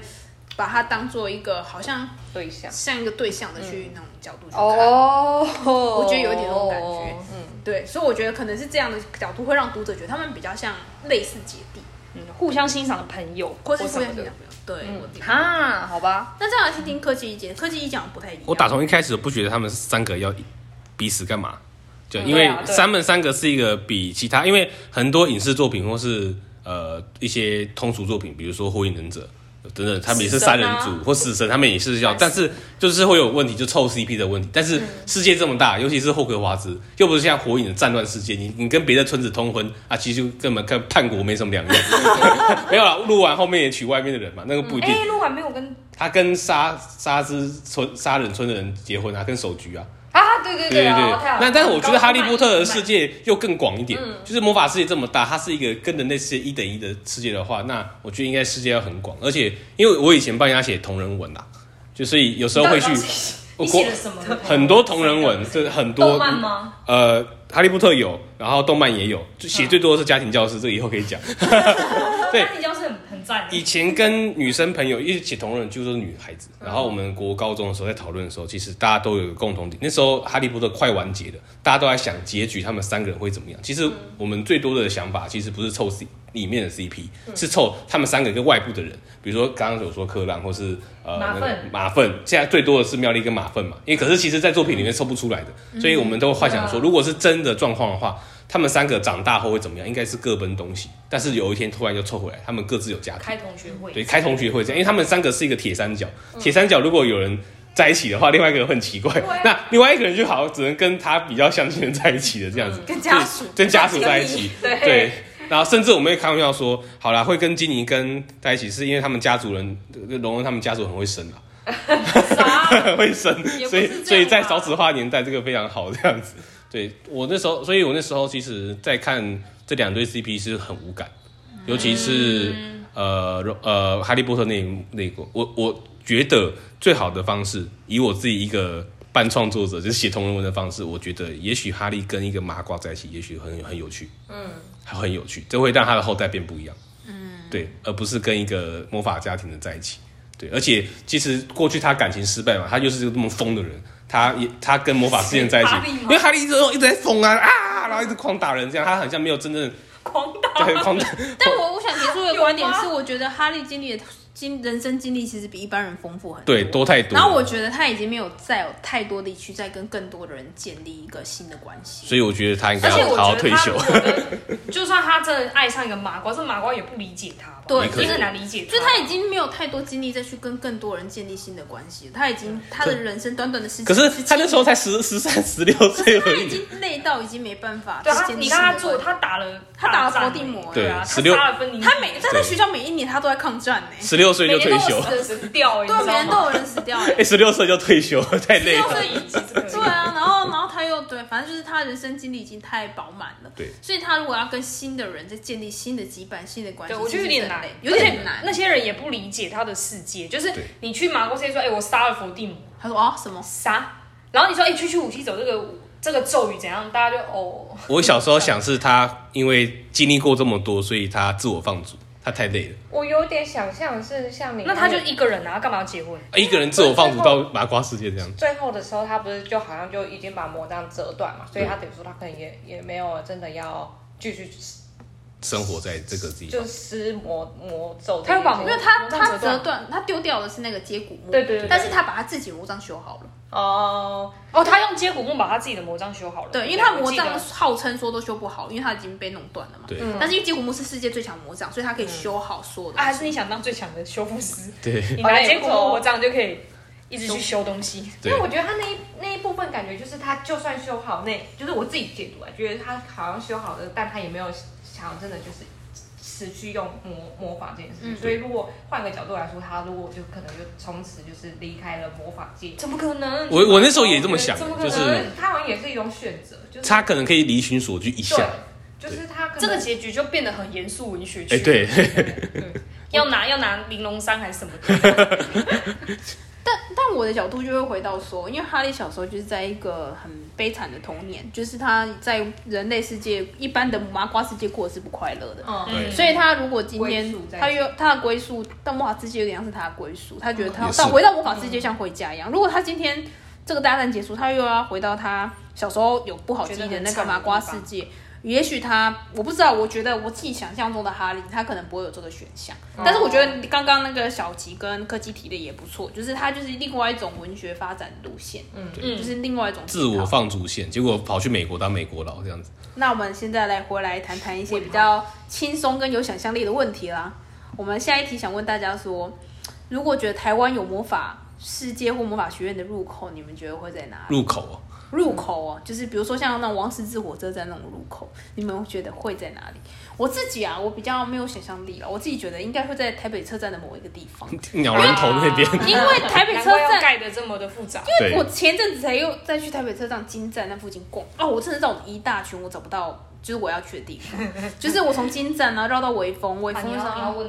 Speaker 1: 把她当做一个好像
Speaker 4: 对象。
Speaker 1: 像一个对象的去那种角度去看。
Speaker 3: 嗯哦，我
Speaker 1: 觉得有一点那种感觉
Speaker 4: 嗯
Speaker 1: 对，所以我觉得可能是这样的角度会让读者觉得他们比较像类似姐弟，
Speaker 3: 嗯，互相欣赏的朋友
Speaker 1: 或是
Speaker 3: 什
Speaker 1: 互
Speaker 3: 么
Speaker 1: 相欣
Speaker 3: 的嗯
Speaker 1: 赏。对，我觉得
Speaker 3: 哈，好吧，
Speaker 1: 那这样来听听科技一姐，科技一讲不太一样。
Speaker 2: 我打从一开始不觉得他们三个要彼此干嘛，就
Speaker 3: 嗯
Speaker 2: 因为
Speaker 3: 对啊对
Speaker 2: 他们三个是一个比其他，因为很多影视作品或是呃一些通俗作品，比如说《火影忍者》等等，他们也是
Speaker 3: 死神啊
Speaker 2: 三人组、或死神，他们也是要，
Speaker 3: 烦
Speaker 2: 但是就是会有问题，就凑 CP 的问题。但是
Speaker 3: 嗯
Speaker 2: 世界这么大，尤其是霍格华兹，又不是像《火影》的战乱世界，你你跟别的村子通婚啊，其实就根本跟叛国没什么 两样。没有啦，录完后面也娶外面的人嘛，那个不一定。
Speaker 3: 哎，录完没有跟
Speaker 2: 他跟沙沙之村杀人村的人结婚啊，跟手局啊，
Speaker 3: 啊？对对
Speaker 2: 对对
Speaker 3: 啊
Speaker 2: 对
Speaker 3: 太好。了
Speaker 2: 那但是我觉得《哈利波特》的世
Speaker 3: 高
Speaker 2: 界又更广一点，
Speaker 3: 嗯
Speaker 2: 就是魔法世界这么大，它是一个跟人类世界一等一的世界的话，那我觉得应该世界要很广。而且因为我以前帮人家写同人文啦、啊就所以有时候会去
Speaker 3: 你到底帮谁写
Speaker 2: 我
Speaker 3: 你
Speaker 2: 国
Speaker 3: 写了什么？
Speaker 2: 很多同人文，就是很多
Speaker 3: 动漫吗？
Speaker 2: 呃，《哈利波特》有，然后动漫也有，就写最多的是家庭教师，这个以后可以讲。对
Speaker 3: 那你教是很很赞的。
Speaker 2: 以前跟女生朋友一起同人，就是女孩子。
Speaker 3: 嗯
Speaker 2: 然后我们国高中的时候在讨论的时候，其实大家都有一个共同点。那时候《哈利波特》快完结了，大家都在想结局，他们三个人会怎么样。其实
Speaker 3: 嗯
Speaker 2: 我们最多的想法，其实不是凑 C 里面的 CP，、是凑他们三个跟外部的人，比如说刚刚有说克朗或是呃
Speaker 3: 马
Speaker 2: 那个
Speaker 3: 粪
Speaker 2: 马粪。现在最多的是妙丽跟马粪嘛，因为可是其实，在作品里面凑不出来
Speaker 3: 嗯
Speaker 2: 的，所以我们都会幻想说，
Speaker 3: 啊
Speaker 2: 如果是真的状况的话。他们三个长大后会怎么样？应该是各奔东西，但是有一天突然又凑回来，他们各自有家庭。
Speaker 3: 开同学会，嗯
Speaker 2: 对，开同学会这样，因为他们三个是一个铁三角，铁三角如果有人在一起的话，另外一个人会很奇怪，
Speaker 3: 啊
Speaker 2: 那另外一个人就好像只能跟他比较相亲人在一起的这样
Speaker 3: 嗯
Speaker 2: 子，
Speaker 1: 跟家属
Speaker 2: 跟家属在一起，
Speaker 3: 对
Speaker 2: 对。然后甚至我们也开玩笑说，好啦，会跟金妮跟在一起，是因为他们家族人，呃荣恩他们家族很会生 啊，很会生，
Speaker 3: 也不
Speaker 2: 所以
Speaker 3: 是这样
Speaker 2: 所以在
Speaker 3: 吧
Speaker 2: 少子化年代，这个非常好这样子。对我那时候，所以我那时候其实，在看这两对 CP 是很无感，尤其是、呃荣呃哈利波特那一幕那一个，我我觉得最好的方式，以我自己一个半创作者，就是写同人文的方式，我觉得也许哈利跟一个麻瓜在一起，也许很很有趣，嗯，还很有趣，这会让他的后代变不一样，嗯，对，而不是跟一个魔法家庭的在一起。对，而且其实过去他感情失败嘛，他就是这么疯的人，他也他跟魔法师人在一起
Speaker 3: 哈利吗，
Speaker 2: 因为哈利一直一直在疯啊啊，然后一直狂打人，这样他好像没有真正
Speaker 3: 狂打。
Speaker 2: 在狂打。
Speaker 1: 但我我想提出一个观点
Speaker 3: 有吗
Speaker 1: 是，我觉得哈利经历的经人生经历其实比一般人丰富很多。
Speaker 2: 对，多太多。
Speaker 1: 然后我觉得他已经没有再有太多力去再跟更多的人建立一个新的关系。
Speaker 2: 所以我觉得他应该
Speaker 3: 而且
Speaker 2: 要
Speaker 3: 我
Speaker 2: 好好
Speaker 3: 觉
Speaker 2: 退
Speaker 3: 得他
Speaker 2: 休
Speaker 3: 如。果跟，就算他真的爱上一个麻瓜，这麻瓜也不理解他吧，
Speaker 1: 对
Speaker 3: 也很难理解。
Speaker 1: 就他已经没有太多精力再去跟更多人建立新的关系了，他已经他的人生短短的时间，
Speaker 2: 可是他那时候才十十三、十六岁而
Speaker 1: 他已
Speaker 2: 已，
Speaker 1: 经累到已经没办法
Speaker 3: 对
Speaker 1: 再
Speaker 3: 他，
Speaker 1: 建立
Speaker 3: 你
Speaker 1: 新
Speaker 3: 看
Speaker 1: 的
Speaker 3: 他
Speaker 1: 关
Speaker 3: 做，
Speaker 1: 系。
Speaker 3: 他打了
Speaker 1: 他打了
Speaker 3: 了
Speaker 1: 伏地魔
Speaker 2: 对
Speaker 3: 对啊，他
Speaker 2: 16
Speaker 3: 杀了芬妮，
Speaker 1: 他每他在
Speaker 2: 对
Speaker 1: 学校每一年他都在抗战呢、
Speaker 2: 十六岁就
Speaker 3: 每年
Speaker 2: 退
Speaker 3: 都
Speaker 2: 休
Speaker 3: 有。死死掉，哎你
Speaker 1: 对，
Speaker 3: 知
Speaker 1: 每
Speaker 3: 道
Speaker 1: 年都
Speaker 3: 吗？
Speaker 1: 有人死掉、欸。
Speaker 2: 哎，十六岁就退休， 太累
Speaker 1: 16
Speaker 2: 了。
Speaker 1: 岁
Speaker 3: 这一集这个
Speaker 1: 对啊，然后然后他又对，反正就是他人生经历已经太饱满了。
Speaker 2: 对
Speaker 1: 所以他如果要跟新的人再建立新的羁绊、新的关系，
Speaker 3: 对，我觉
Speaker 1: 其
Speaker 3: 得
Speaker 1: 实
Speaker 3: 有点
Speaker 1: 更
Speaker 3: 难
Speaker 1: 累，有点
Speaker 3: 而且那
Speaker 1: 难。
Speaker 3: 些人也不理解他的世界，就是
Speaker 2: 对
Speaker 3: 你去麻瓜世界说，哎、我杀了伏地魔，
Speaker 1: 他说哦什么？
Speaker 3: 杀，然后你说，哎、区区武器走这个这个咒语怎样，大家就哦，
Speaker 2: 我小时候想是他因为经历过这么多，所以他自我放逐，他太累了，
Speaker 4: 我有点想象是像你，
Speaker 3: 那他就一个人啊，干嘛要结婚？
Speaker 2: 一个人自我放逐到麻瓜世界这样。
Speaker 4: 最后的时候，他不是就好像就已经把魔杖折断嘛，所以他等于说他可能也也没有真的要继续
Speaker 2: 生活在这个地
Speaker 4: 就
Speaker 2: 方。
Speaker 4: 施魔魔咒这
Speaker 3: 他
Speaker 4: 件事情。
Speaker 3: 有把
Speaker 1: 因
Speaker 3: 魔
Speaker 1: 为他
Speaker 3: 魔杖
Speaker 1: 他
Speaker 3: 折断
Speaker 1: 折断，他丢掉的是那个接骨木，
Speaker 3: 对对对
Speaker 1: 但是他把他自己的魔杖修好了。
Speaker 4: 哦，
Speaker 3: 哦，他用接骨木把他自己的魔杖修好了，
Speaker 1: 对，因为他魔
Speaker 3: 我
Speaker 1: 杖
Speaker 3: 记
Speaker 1: 号称说都修不好，因为他已经被弄断了嘛。
Speaker 2: 对
Speaker 1: 但是因为接骨木是世界最强魔杖，所以他可以修好所有
Speaker 3: 得
Speaker 1: 的。
Speaker 3: 啊，还是你想当最强的修复师，
Speaker 2: 对
Speaker 3: 你
Speaker 4: 哦
Speaker 3: 拿
Speaker 4: 那也
Speaker 3: 接
Speaker 4: 不
Speaker 3: 骨
Speaker 4: 错
Speaker 3: 木
Speaker 4: 哦
Speaker 3: 魔杖就可以一直去修东西。
Speaker 4: 因
Speaker 2: 对
Speaker 4: 为，我觉得他那一那一部分感觉就是他就算修好那，就是我自己解读啊，觉得他好像修好了，但他也没有想真的就是实持续用模模仿这件事情。
Speaker 1: 嗯
Speaker 4: 所以如果换个角度来说，他如果就可能就从此就是离开了魔法界，
Speaker 3: 怎么可能？
Speaker 2: 我我那时候也这么想
Speaker 3: 怎么可能
Speaker 2: 就是
Speaker 4: 他好像也是一种选择，就是
Speaker 2: 他可能可以离群索居一下。
Speaker 4: 对，就是他可能
Speaker 3: 这个结局就变得很严肃文学区。
Speaker 2: 哎，，对，
Speaker 3: 要拿要拿玲珑山还是什么的？
Speaker 1: 但但我的角度就会回到说，因为哈利小时候就是在一个很悲惨的童年，就是他在人类世界一般的麻瓜世界过得是不快乐的。
Speaker 4: 嗯
Speaker 2: 对
Speaker 1: 所以他如果今
Speaker 4: 归
Speaker 1: 天
Speaker 4: 宿在
Speaker 1: 他有他的归宿到魔法世界，有点像是他的归宿。他觉得他
Speaker 2: 嗯也是
Speaker 1: 到回到魔法世界像回家一样。如果他今天这个大战结束，他又要回到他小时候有不好记忆的那个麻瓜世界。也许他我不知道，我觉得我自己想象中的哈利，他可能不会有这个选项。
Speaker 2: 嗯
Speaker 1: 但是我觉得刚刚那个小吉跟柯基提的也不错，就是他就是另外一种文学发展路线，
Speaker 3: 嗯
Speaker 1: 就是另外一种
Speaker 2: 自
Speaker 1: 思考
Speaker 2: 我放逐线，结果跑去美国当美国佬这样子。
Speaker 1: 那我们现在来回来谈谈一些比较轻松跟有想象力的问题啦。我们下一题想问大家说，如果觉得台湾有魔法世界或魔法学院的入口，你们觉得会在哪里？
Speaker 2: 入口、哦，
Speaker 1: 入口哦，就是比如说像那种王十字火车站那种入口，你们觉得会在哪里？我自己啊，我比较没有想象力了，我自己觉得应该会在台北车站的某一个地方，
Speaker 2: 鸟人头那边，
Speaker 1: 因为台北
Speaker 3: 难
Speaker 1: 车
Speaker 3: 怪要
Speaker 1: 站
Speaker 3: 盖的这么的复杂。
Speaker 2: 对
Speaker 1: 我，前阵子才又再去台北车站金站那附近逛，哦，我真的绕一大圈，我找不到就是我要去的地方， 就是我从金站然后绕到微风，微
Speaker 3: 啊
Speaker 1: 风
Speaker 3: 你要你要
Speaker 1: 上。
Speaker 3: 问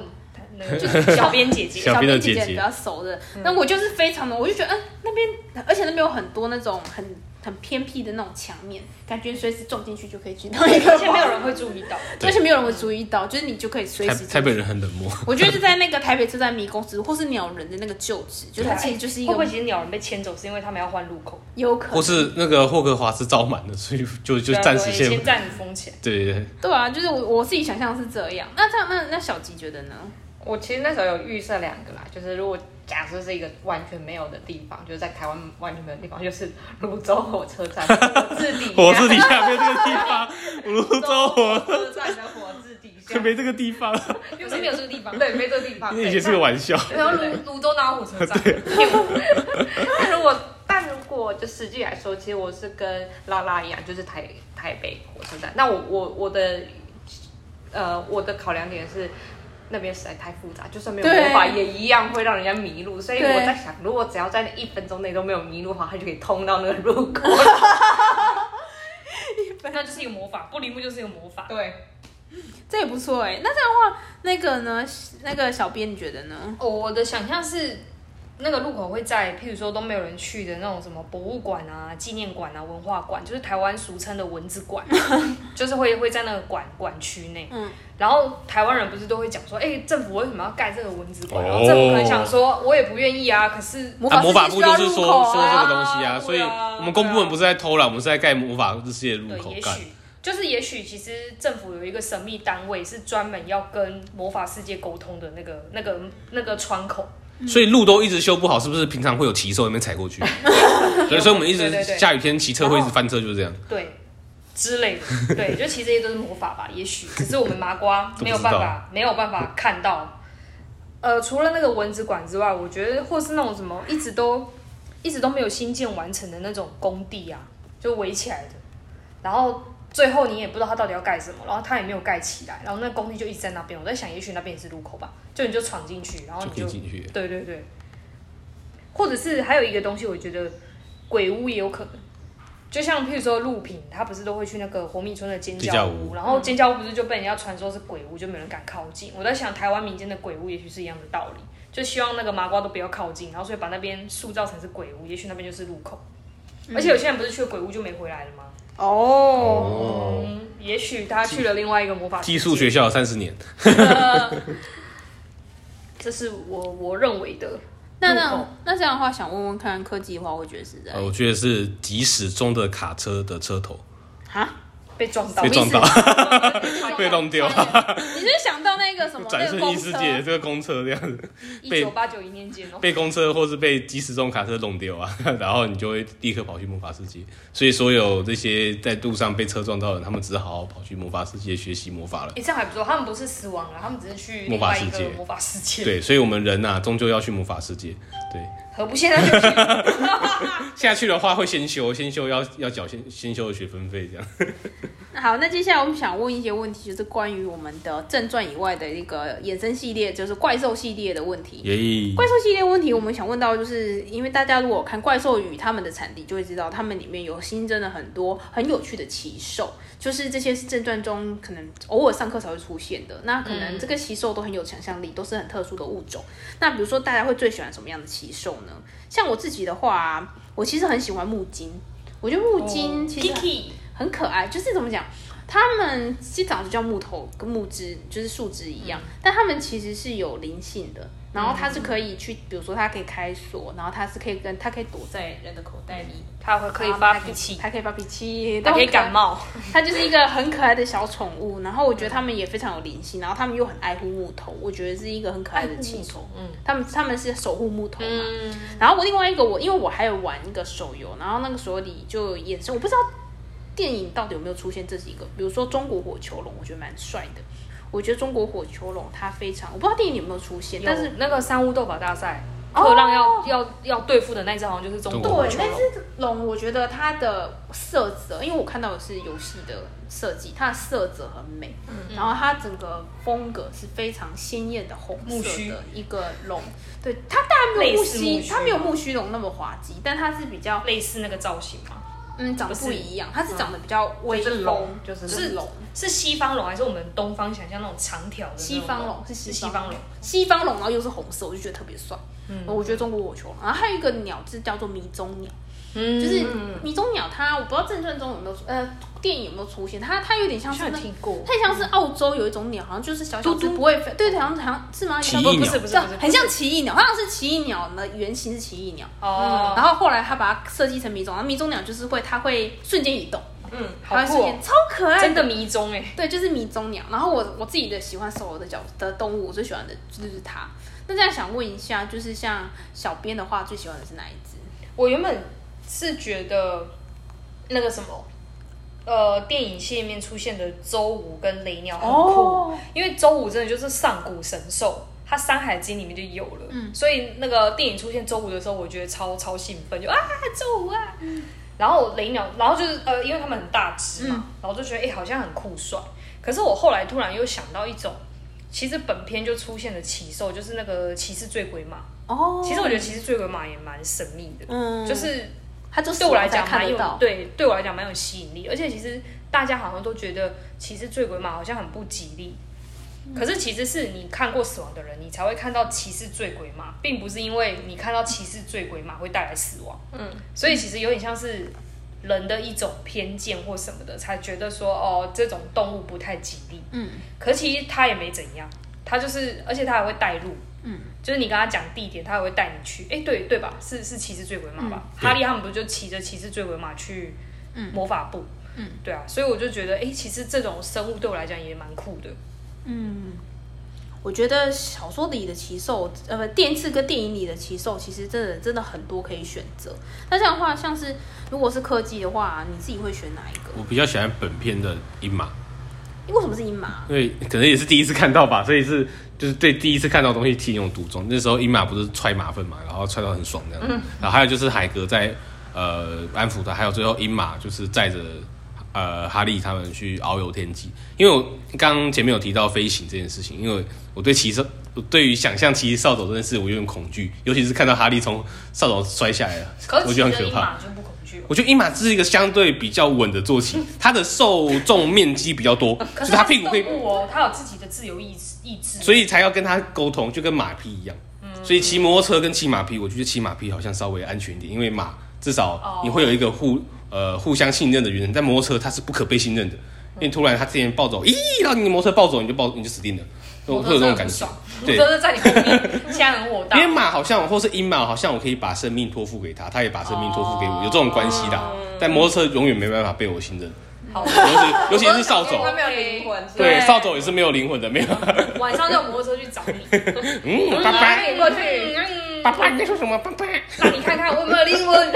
Speaker 3: 那个就是小编姐 姐
Speaker 2: 小，编的姐
Speaker 1: 姐
Speaker 2: 姐
Speaker 1: 比较熟的，那我就是非常的，我就觉得，嗯，那边，而且那边有很多那种很很偏僻的那种墙面，感觉随时撞进去就可以进到一个，
Speaker 3: 而且没有人，会注意到。
Speaker 2: 对
Speaker 1: 而且没有人会注意到，就是你就可以随
Speaker 2: 台
Speaker 1: 时。
Speaker 2: 台北人，很冷漠。
Speaker 1: 我觉得就在那个台北车站迷宫池或是鸟人的那个旧址，就是它其实就是一
Speaker 3: 会不会
Speaker 1: 个
Speaker 3: 其实鸟人被牵走是因为他们要换路口，
Speaker 1: 有可能，
Speaker 2: 或是那个霍格华兹造满了，所以 就就
Speaker 3: 对啊
Speaker 2: 暂时
Speaker 3: 对
Speaker 2: 先
Speaker 3: 先暂封 起来。
Speaker 2: 对对对，
Speaker 1: 对啊，就是我我自己想象是这样。那这样，那那小吉觉得呢？
Speaker 4: 我其实那时候有预设两个啦，就是如果假设是一个完全没有的地方，就是在台湾完全没有的地方，就是泸州火车站，火字底下，
Speaker 2: 我自己下没有这个地方，泸州
Speaker 4: 火
Speaker 2: 我
Speaker 4: 车站的火字底下，
Speaker 2: 没这个地方， 啊
Speaker 3: 就是没有这个地 方，
Speaker 4: 对，没这个地方。
Speaker 2: 那以前是个玩笑。
Speaker 4: 然后泸泸州哪有火车 站？但如果但如果就实际来说，其实我是跟拉拉一样，就是台台北火车站。那我我我的呃我的考量点是。那边实在太复杂，就算没有
Speaker 1: 对
Speaker 4: 魔法，也一样会让人家迷路。所以
Speaker 1: 对
Speaker 4: 我在想，如果只要在那一分钟内都没有迷路的话，他就可以通到那个路口。
Speaker 3: 那就是一个魔法，不铃木就是一个魔法。
Speaker 4: 对，
Speaker 1: 这也不错哎、那这样的话，那个呢？那个小编你觉得呢？
Speaker 3: 哦，我的想象是那个路口会在，譬如说都没有人去的那种什么博物馆啊、纪念馆啊、文化馆，就是台湾俗称的文字馆，就是会会在那个馆馆区内。
Speaker 1: 嗯，
Speaker 3: 然后台湾人不是都会讲说，哎、政府为什么要盖这个文字馆？
Speaker 2: 哦
Speaker 3: 然后政府可能想说，我也不愿意啊，可是
Speaker 1: 魔
Speaker 2: 啊，魔
Speaker 1: 法
Speaker 2: 法
Speaker 1: 世界
Speaker 2: 部
Speaker 1: 需要
Speaker 2: 就是
Speaker 1: 入
Speaker 2: 说
Speaker 1: 口
Speaker 2: 说这
Speaker 1: 啊，
Speaker 2: 个东西啊，所以
Speaker 3: 对啊
Speaker 2: 我们公部门不是在偷懒，我们是在盖魔法世界的入
Speaker 3: 对，
Speaker 2: 口
Speaker 3: 也
Speaker 2: 干。
Speaker 3: 许就是也许，其实政府有一个神秘单位是专门要跟魔法世界沟通的那个那个那个窗口。
Speaker 2: 所以路都一直修不好，是不是平常会有骑手在那边踩 过去？对，所以我们一直
Speaker 3: 对对对
Speaker 2: 下雨天骑车会一直翻车，就是这样。
Speaker 3: 对之类 的，对，就其实这些都是魔法吧，也许只是我们麻瓜
Speaker 2: 都不知道
Speaker 3: 没有办法没有办法看到。呃，除了那个蚊子馆之外，我觉得或是那种什么一直都一直都没有新建完成的那种工地啊，就围起来的，然后最后你也不知道它到底要盖什么，然后它也没有盖起来，然后那工地就一直在那边。我在想，也许那边也是入口吧，就你就闯进去，然后
Speaker 2: 就
Speaker 3: 你
Speaker 2: 可
Speaker 3: 哦就
Speaker 2: 以进去。
Speaker 3: 对对对，或者是还有一个东西，我觉得鬼屋也有可能，就像譬如说陆平，他不是都会去那个活命村的尖
Speaker 2: 尖
Speaker 3: 叫
Speaker 2: 叫
Speaker 3: 屋，
Speaker 2: 屋嗯
Speaker 3: 然后尖叫屋不是就被人家传说是鬼屋，就没有人敢靠近。我在想，台湾民间的鬼屋也许是一样的道理，就希望那个麻瓜都不要靠近，然后所以把那边塑造成是鬼屋，也许那边就是入口。而且有些人不是去了鬼屋就没回来了吗？
Speaker 1: 哦，
Speaker 2: 哦，
Speaker 3: 嗯，也许他去了另外一个魔法世界
Speaker 2: 寄宿学校三十年，
Speaker 3: 这是我我认为的。
Speaker 1: 那
Speaker 3: 入口
Speaker 1: 那那这样的话，想问问看科技的话，会觉得是在
Speaker 2: 呃，我觉得是急驶中的卡车的车头
Speaker 1: 啊？
Speaker 3: 被撞到，
Speaker 2: 被撞到， 被弄丢，
Speaker 1: 你是想到那个什 么
Speaker 2: 转
Speaker 1: 那个
Speaker 2: 瞬
Speaker 1: 公
Speaker 2: 异世
Speaker 1: 车？
Speaker 2: 界这个公车这样子，
Speaker 3: 一
Speaker 2: 被
Speaker 3: 九八九一年间哦。
Speaker 2: 被公车或是被急驶中卡车弄丢啊，然后你就会立刻跑去魔法世界。所以所有这些在路上被车撞到的人，他们只好跑去魔法世界学习魔法了
Speaker 3: 哎、。这样还不错，他们不是死亡了，他们只是去另外一个魔法世界。，
Speaker 2: 对，所以我们人呐、终究要去魔法世界。对，
Speaker 3: 何不现在 就去？
Speaker 2: 下去的话会先修，先修要要缴先先修的学分费这样。
Speaker 1: 好，那接下来我们想问一些问题，就是关于我们的正传以外的一个衍生系列，就是怪兽系列的问题。
Speaker 2: 耶
Speaker 1: 怪兽系列问题，我们想问到，就是因为大家如果有看《怪兽与他们的产地》，就会知道他们里面有新增了很多很有趣的奇兽，就是这些是正传中可能偶尔上课才会出现的。那可能这个奇兽都很有想象力，都是很特殊的物种。那比如说，大家会最喜欢什么样的奇兽呢？像我自己的话，我其实很喜欢木金，我觉得木金其实
Speaker 3: 哦 Kiki
Speaker 1: 很可爱，就是怎么讲，它们其实长得就像木头跟木枝，就是树枝一
Speaker 3: 嗯
Speaker 1: 样，但它们其实是有灵性的。然后它是可以去，比如说它可以开锁，然后它是可以跟它可以躲在人的口袋里，啊
Speaker 3: 他会可以
Speaker 1: 然后
Speaker 3: 发
Speaker 1: 它
Speaker 3: 脾气，
Speaker 1: 它可以发脾气，
Speaker 3: 他可
Speaker 1: 都
Speaker 3: 以
Speaker 1: 很爱
Speaker 3: 感。冒，
Speaker 1: 它就是一个很可爱的小宠物，然后我觉得它们也非常有灵性，然后它们又很爱护木头，我觉得是一个很可爱的气质。
Speaker 3: 虫，嗯
Speaker 1: 它们它们是守护木头嘛，
Speaker 3: 嗯，
Speaker 1: 然后我另外一个我，因为我还有玩一个手游，然后那个手游里就衍生，我不知道电影到底有没有出现这几个，比如说中国火球龙，我觉得蛮帅的。我觉得中国火球龙它非常，我不知道电影有没有出现，但
Speaker 3: 但
Speaker 1: 是
Speaker 3: 是那个三巫斗法大赛，
Speaker 1: 哦
Speaker 3: 克浪要要要对付的那只好像就是中
Speaker 2: 中
Speaker 3: 国
Speaker 2: 国
Speaker 1: 对
Speaker 3: 火球
Speaker 1: 那
Speaker 3: 龙，
Speaker 1: 只龙，我觉得它的色泽，因为我看到的是游戏的设计，它的色泽很美，
Speaker 3: 嗯
Speaker 1: 然后它整个风格是非常鲜艳的红
Speaker 3: 木
Speaker 1: 色
Speaker 3: 须
Speaker 1: 的一个龙，对它当然没有木
Speaker 3: 类似木
Speaker 1: 须，
Speaker 3: 须
Speaker 1: 它没有木须龙那么滑稽，但它是比较
Speaker 3: 类似那个造型吗？
Speaker 1: 嗯，长得
Speaker 3: 不是
Speaker 1: 不一样，它是长得比较威
Speaker 4: 就是
Speaker 1: 风，
Speaker 4: 龙就是
Speaker 1: 龙。
Speaker 3: 是西方龙还是我们东方想象那种长条的那种？
Speaker 1: 西方龙是
Speaker 3: 是
Speaker 1: 西
Speaker 3: 西
Speaker 1: 方
Speaker 3: 方龙，
Speaker 1: 西方龙，然后又是红色，我就觉得特别帅。嗯，我觉得中国火球龙，然后还有一个鸟是叫做迷踪鸟，
Speaker 3: 嗯
Speaker 1: 就是迷踪鸟它，我不知道正传中有没有出呃电影有没有出现，它它有点像是
Speaker 3: 好
Speaker 1: 那
Speaker 3: 像有听过
Speaker 1: 它像是澳洲有一种鸟，好像就是小小
Speaker 3: 嘟
Speaker 1: 只
Speaker 3: 嘟
Speaker 1: 不会飞，对，好像好像是吗？
Speaker 2: 奇
Speaker 1: 不
Speaker 2: 异
Speaker 3: 不
Speaker 2: 鸟
Speaker 3: 是不是
Speaker 1: 是
Speaker 3: 不是，
Speaker 1: 很像奇异鸟，好像是奇异鸟的原型是奇异鸟，
Speaker 3: 哦，
Speaker 1: 嗯然后后来它把它设计成迷踪，然后迷踪鸟就是会它会瞬间移动，
Speaker 4: 嗯，
Speaker 1: 它
Speaker 3: 好
Speaker 1: 会瞬
Speaker 3: 酷哦
Speaker 1: 间，超可爱，
Speaker 3: 真的迷踪哎，
Speaker 1: 对，就是迷踪鸟。然后我我自己的喜欢手游的角的动物，我最喜欢的就是它。那这样想问一下，就是像小编的话，最喜欢的是哪一只？
Speaker 3: 我原本是觉得那个什么，呃，电影系里面出现的周武跟雷鸟很酷，
Speaker 1: 哦
Speaker 3: 因为周武真的就是上古神兽，它《山海经》里面就有了，
Speaker 1: 嗯
Speaker 3: 所以那个电影出现周武的时候，我觉得超超兴奋，就啊周武啊，
Speaker 1: 嗯
Speaker 3: 然后雷鸟，然后就是呃，因为他们很大只
Speaker 1: 嗯
Speaker 3: 嘛，然后就觉得哎、诶好像很酷帅，可是我后来突然又想到一种。其实本片就出现了骑兽，就是那个骑士醉鬼马。
Speaker 1: 哦
Speaker 3: 其实我觉得骑士醉鬼马也蛮神秘的，
Speaker 1: 嗯
Speaker 3: 就是
Speaker 1: 它就
Speaker 3: 对我来讲
Speaker 1: 看
Speaker 3: 蛮
Speaker 1: 得
Speaker 3: 有
Speaker 1: 到，
Speaker 3: 对对我来讲蛮有吸引力，而且其实大家好像都觉得其实醉鬼马好像很不吉利，
Speaker 1: 嗯
Speaker 3: 可是其实是你看过死亡的人，你才会看到骑士醉鬼马，并不是因为你看到骑士醉鬼马会带来死亡，嗯，所以其实有点像是人的一种偏见或什么的，才觉得说哦这种动物不太吉利，
Speaker 1: 嗯，
Speaker 3: 可其实它也没怎样，它就是而且它还会带路。
Speaker 1: 嗯，
Speaker 3: 就是你跟他讲地点，他也会带你去。哎、对对吧？是是骑士醉鬼马
Speaker 2: 嗯
Speaker 3: 吧？哈利他们不就骑着骑士醉鬼马去魔法部？
Speaker 1: 嗯，
Speaker 3: 对啊，所以我就觉得，哎、其实这种生物对我来讲也蛮酷的。
Speaker 1: 嗯。我觉得小说里的奇兽，呃，不，电视跟电影里的奇兽，其实真的真的很多可以选择。那这样的话，像是如果是科技的话，你自己会选哪一个？
Speaker 2: 我比较喜欢本片的银马，
Speaker 1: 为什么是鹰马？
Speaker 2: 因为可能也是第一次看到吧，所以是就是对第一次看到的东西情有独钟。那时候英马不是踹马粪嘛，然后踹到很爽这
Speaker 3: 嗯
Speaker 2: 样。然后还有就是海格在呃安抚他，还有最后英马就是载着呃哈利他们去遨游天际。因为我刚刚前面有提到飞行这件事情，因为我对骑射，我对于想象骑扫帚这件事我有点恐惧，尤其是看到哈利从扫帚摔下来了，
Speaker 3: 可是
Speaker 2: 我
Speaker 3: 骑
Speaker 2: 觉得
Speaker 3: 着
Speaker 2: 很可
Speaker 3: 一
Speaker 2: 怕。
Speaker 3: 马就不恐惧哦。
Speaker 2: 我觉得英马是一个相对比较稳的坐骑，它的受重面积比较多，
Speaker 3: 嗯
Speaker 2: 所
Speaker 3: 可
Speaker 2: 以
Speaker 3: 是
Speaker 2: 它
Speaker 3: 它
Speaker 2: 屁
Speaker 3: 是
Speaker 2: 股
Speaker 3: 动
Speaker 2: 可以，
Speaker 3: 物哦，它有自己的自由意志意志。
Speaker 2: 所以才要跟它沟通，就跟马匹一样。
Speaker 3: 嗯
Speaker 2: 所以骑摩托车跟骑马匹，我觉得骑马匹好像稍微安全一点，因为马至少
Speaker 3: 哦
Speaker 2: 你会有一个互呃互相信任的原则，但摩托车它是不可被信任的，因为突然它之前暴走，咦，让你摩托车暴走，你就暴你就死定了，我会有这种感觉。对
Speaker 3: 我都是在你后面，现在很火大
Speaker 2: 因。为马好像，或是鹰马，好像我可以把生命托付给他，他也把生命托付给我，有这种关系的。但摩托车永远没办法被我信任，
Speaker 3: 哦好，
Speaker 2: 尤其尤其是扫帚，
Speaker 4: 它没有灵魂，是吧
Speaker 2: 对，
Speaker 3: 对
Speaker 2: 扫帚也是没有灵魂的，没有。
Speaker 3: 晚上叫摩托车去找你，
Speaker 2: 嗯， 爸爸，
Speaker 3: 哎
Speaker 4: 飞过去，
Speaker 3: 嗯，
Speaker 2: 爸爸，你在说什么？爸爸，
Speaker 3: 让你看看我有没有灵魂。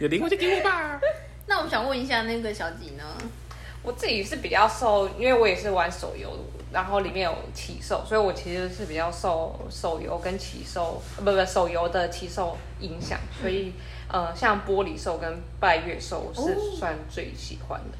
Speaker 2: 有灵魂就给我吧。
Speaker 1: 那我想问一下那个小吉呢？
Speaker 4: 我自己是比较受，因为我也是玩手游，然后里面有骑兽，所以我其实是比较受手游跟骑兽，呃不不手游的骑兽影响，所以呃像玻璃兽跟拜月兽我是算最喜欢的。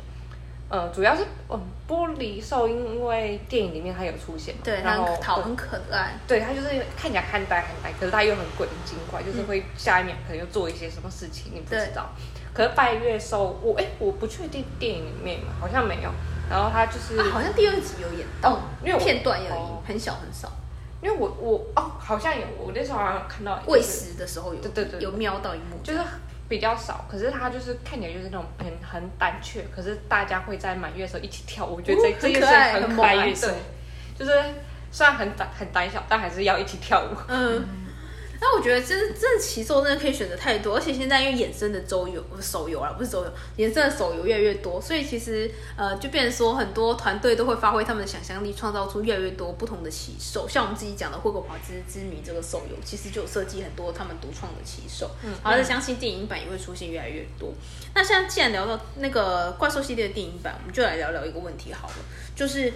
Speaker 4: 呃，主要是嗯，玻璃兽，因为电影里面它有出现嘛，
Speaker 1: 对，它
Speaker 4: 然后
Speaker 1: 很讨很可爱，
Speaker 4: 对，它就是看起来憨呆憨呆，可是它又很鬼灵精怪，
Speaker 1: 嗯
Speaker 4: 就是会下一秒可能又做一些什么事情，你不知道。可是拜月兽，我哎、我不确定电影里面嘛，好像没有。然后它就是，
Speaker 1: 啊好像第二集有演到
Speaker 4: 哦，因为我
Speaker 1: 片段而
Speaker 4: 哦
Speaker 1: 已，很小很少。
Speaker 4: 因为我我哦，好像有，我那时候好像有看到一个
Speaker 1: 喂食的时候有，
Speaker 4: 对对对
Speaker 1: 有瞄到一幕，
Speaker 4: 就是比较少，可是它就是看起来就是那种很很胆怯，可是大家会在满月的时候一起跳舞，我觉得这、
Speaker 1: 哦
Speaker 4: 这
Speaker 1: 很
Speaker 4: 件
Speaker 1: 可
Speaker 4: 事
Speaker 1: 爱很欸
Speaker 4: 情很
Speaker 1: 可
Speaker 4: 可
Speaker 1: 爱
Speaker 4: 爱，对，就是虽然很胆很胆小，但还是要一起跳舞。
Speaker 1: 嗯。那我觉得真真的骑兽真的可以选择太多，而且现在因为衍生的周游不是手游啦，啊不是周游，衍生的手游越来越多，所以其实呃，就变成说很多团队都会发挥他们的想象力，创造出越来越多不同的骑兽。像我们自己讲的《霍格华兹之谜》这个手游，其实就有设计很多他们独创的骑兽，嗯，而且相信电影版也会出现越来越多。那现在既然聊到那个怪兽系列的电影版，我们就来聊聊一个问题好了，就是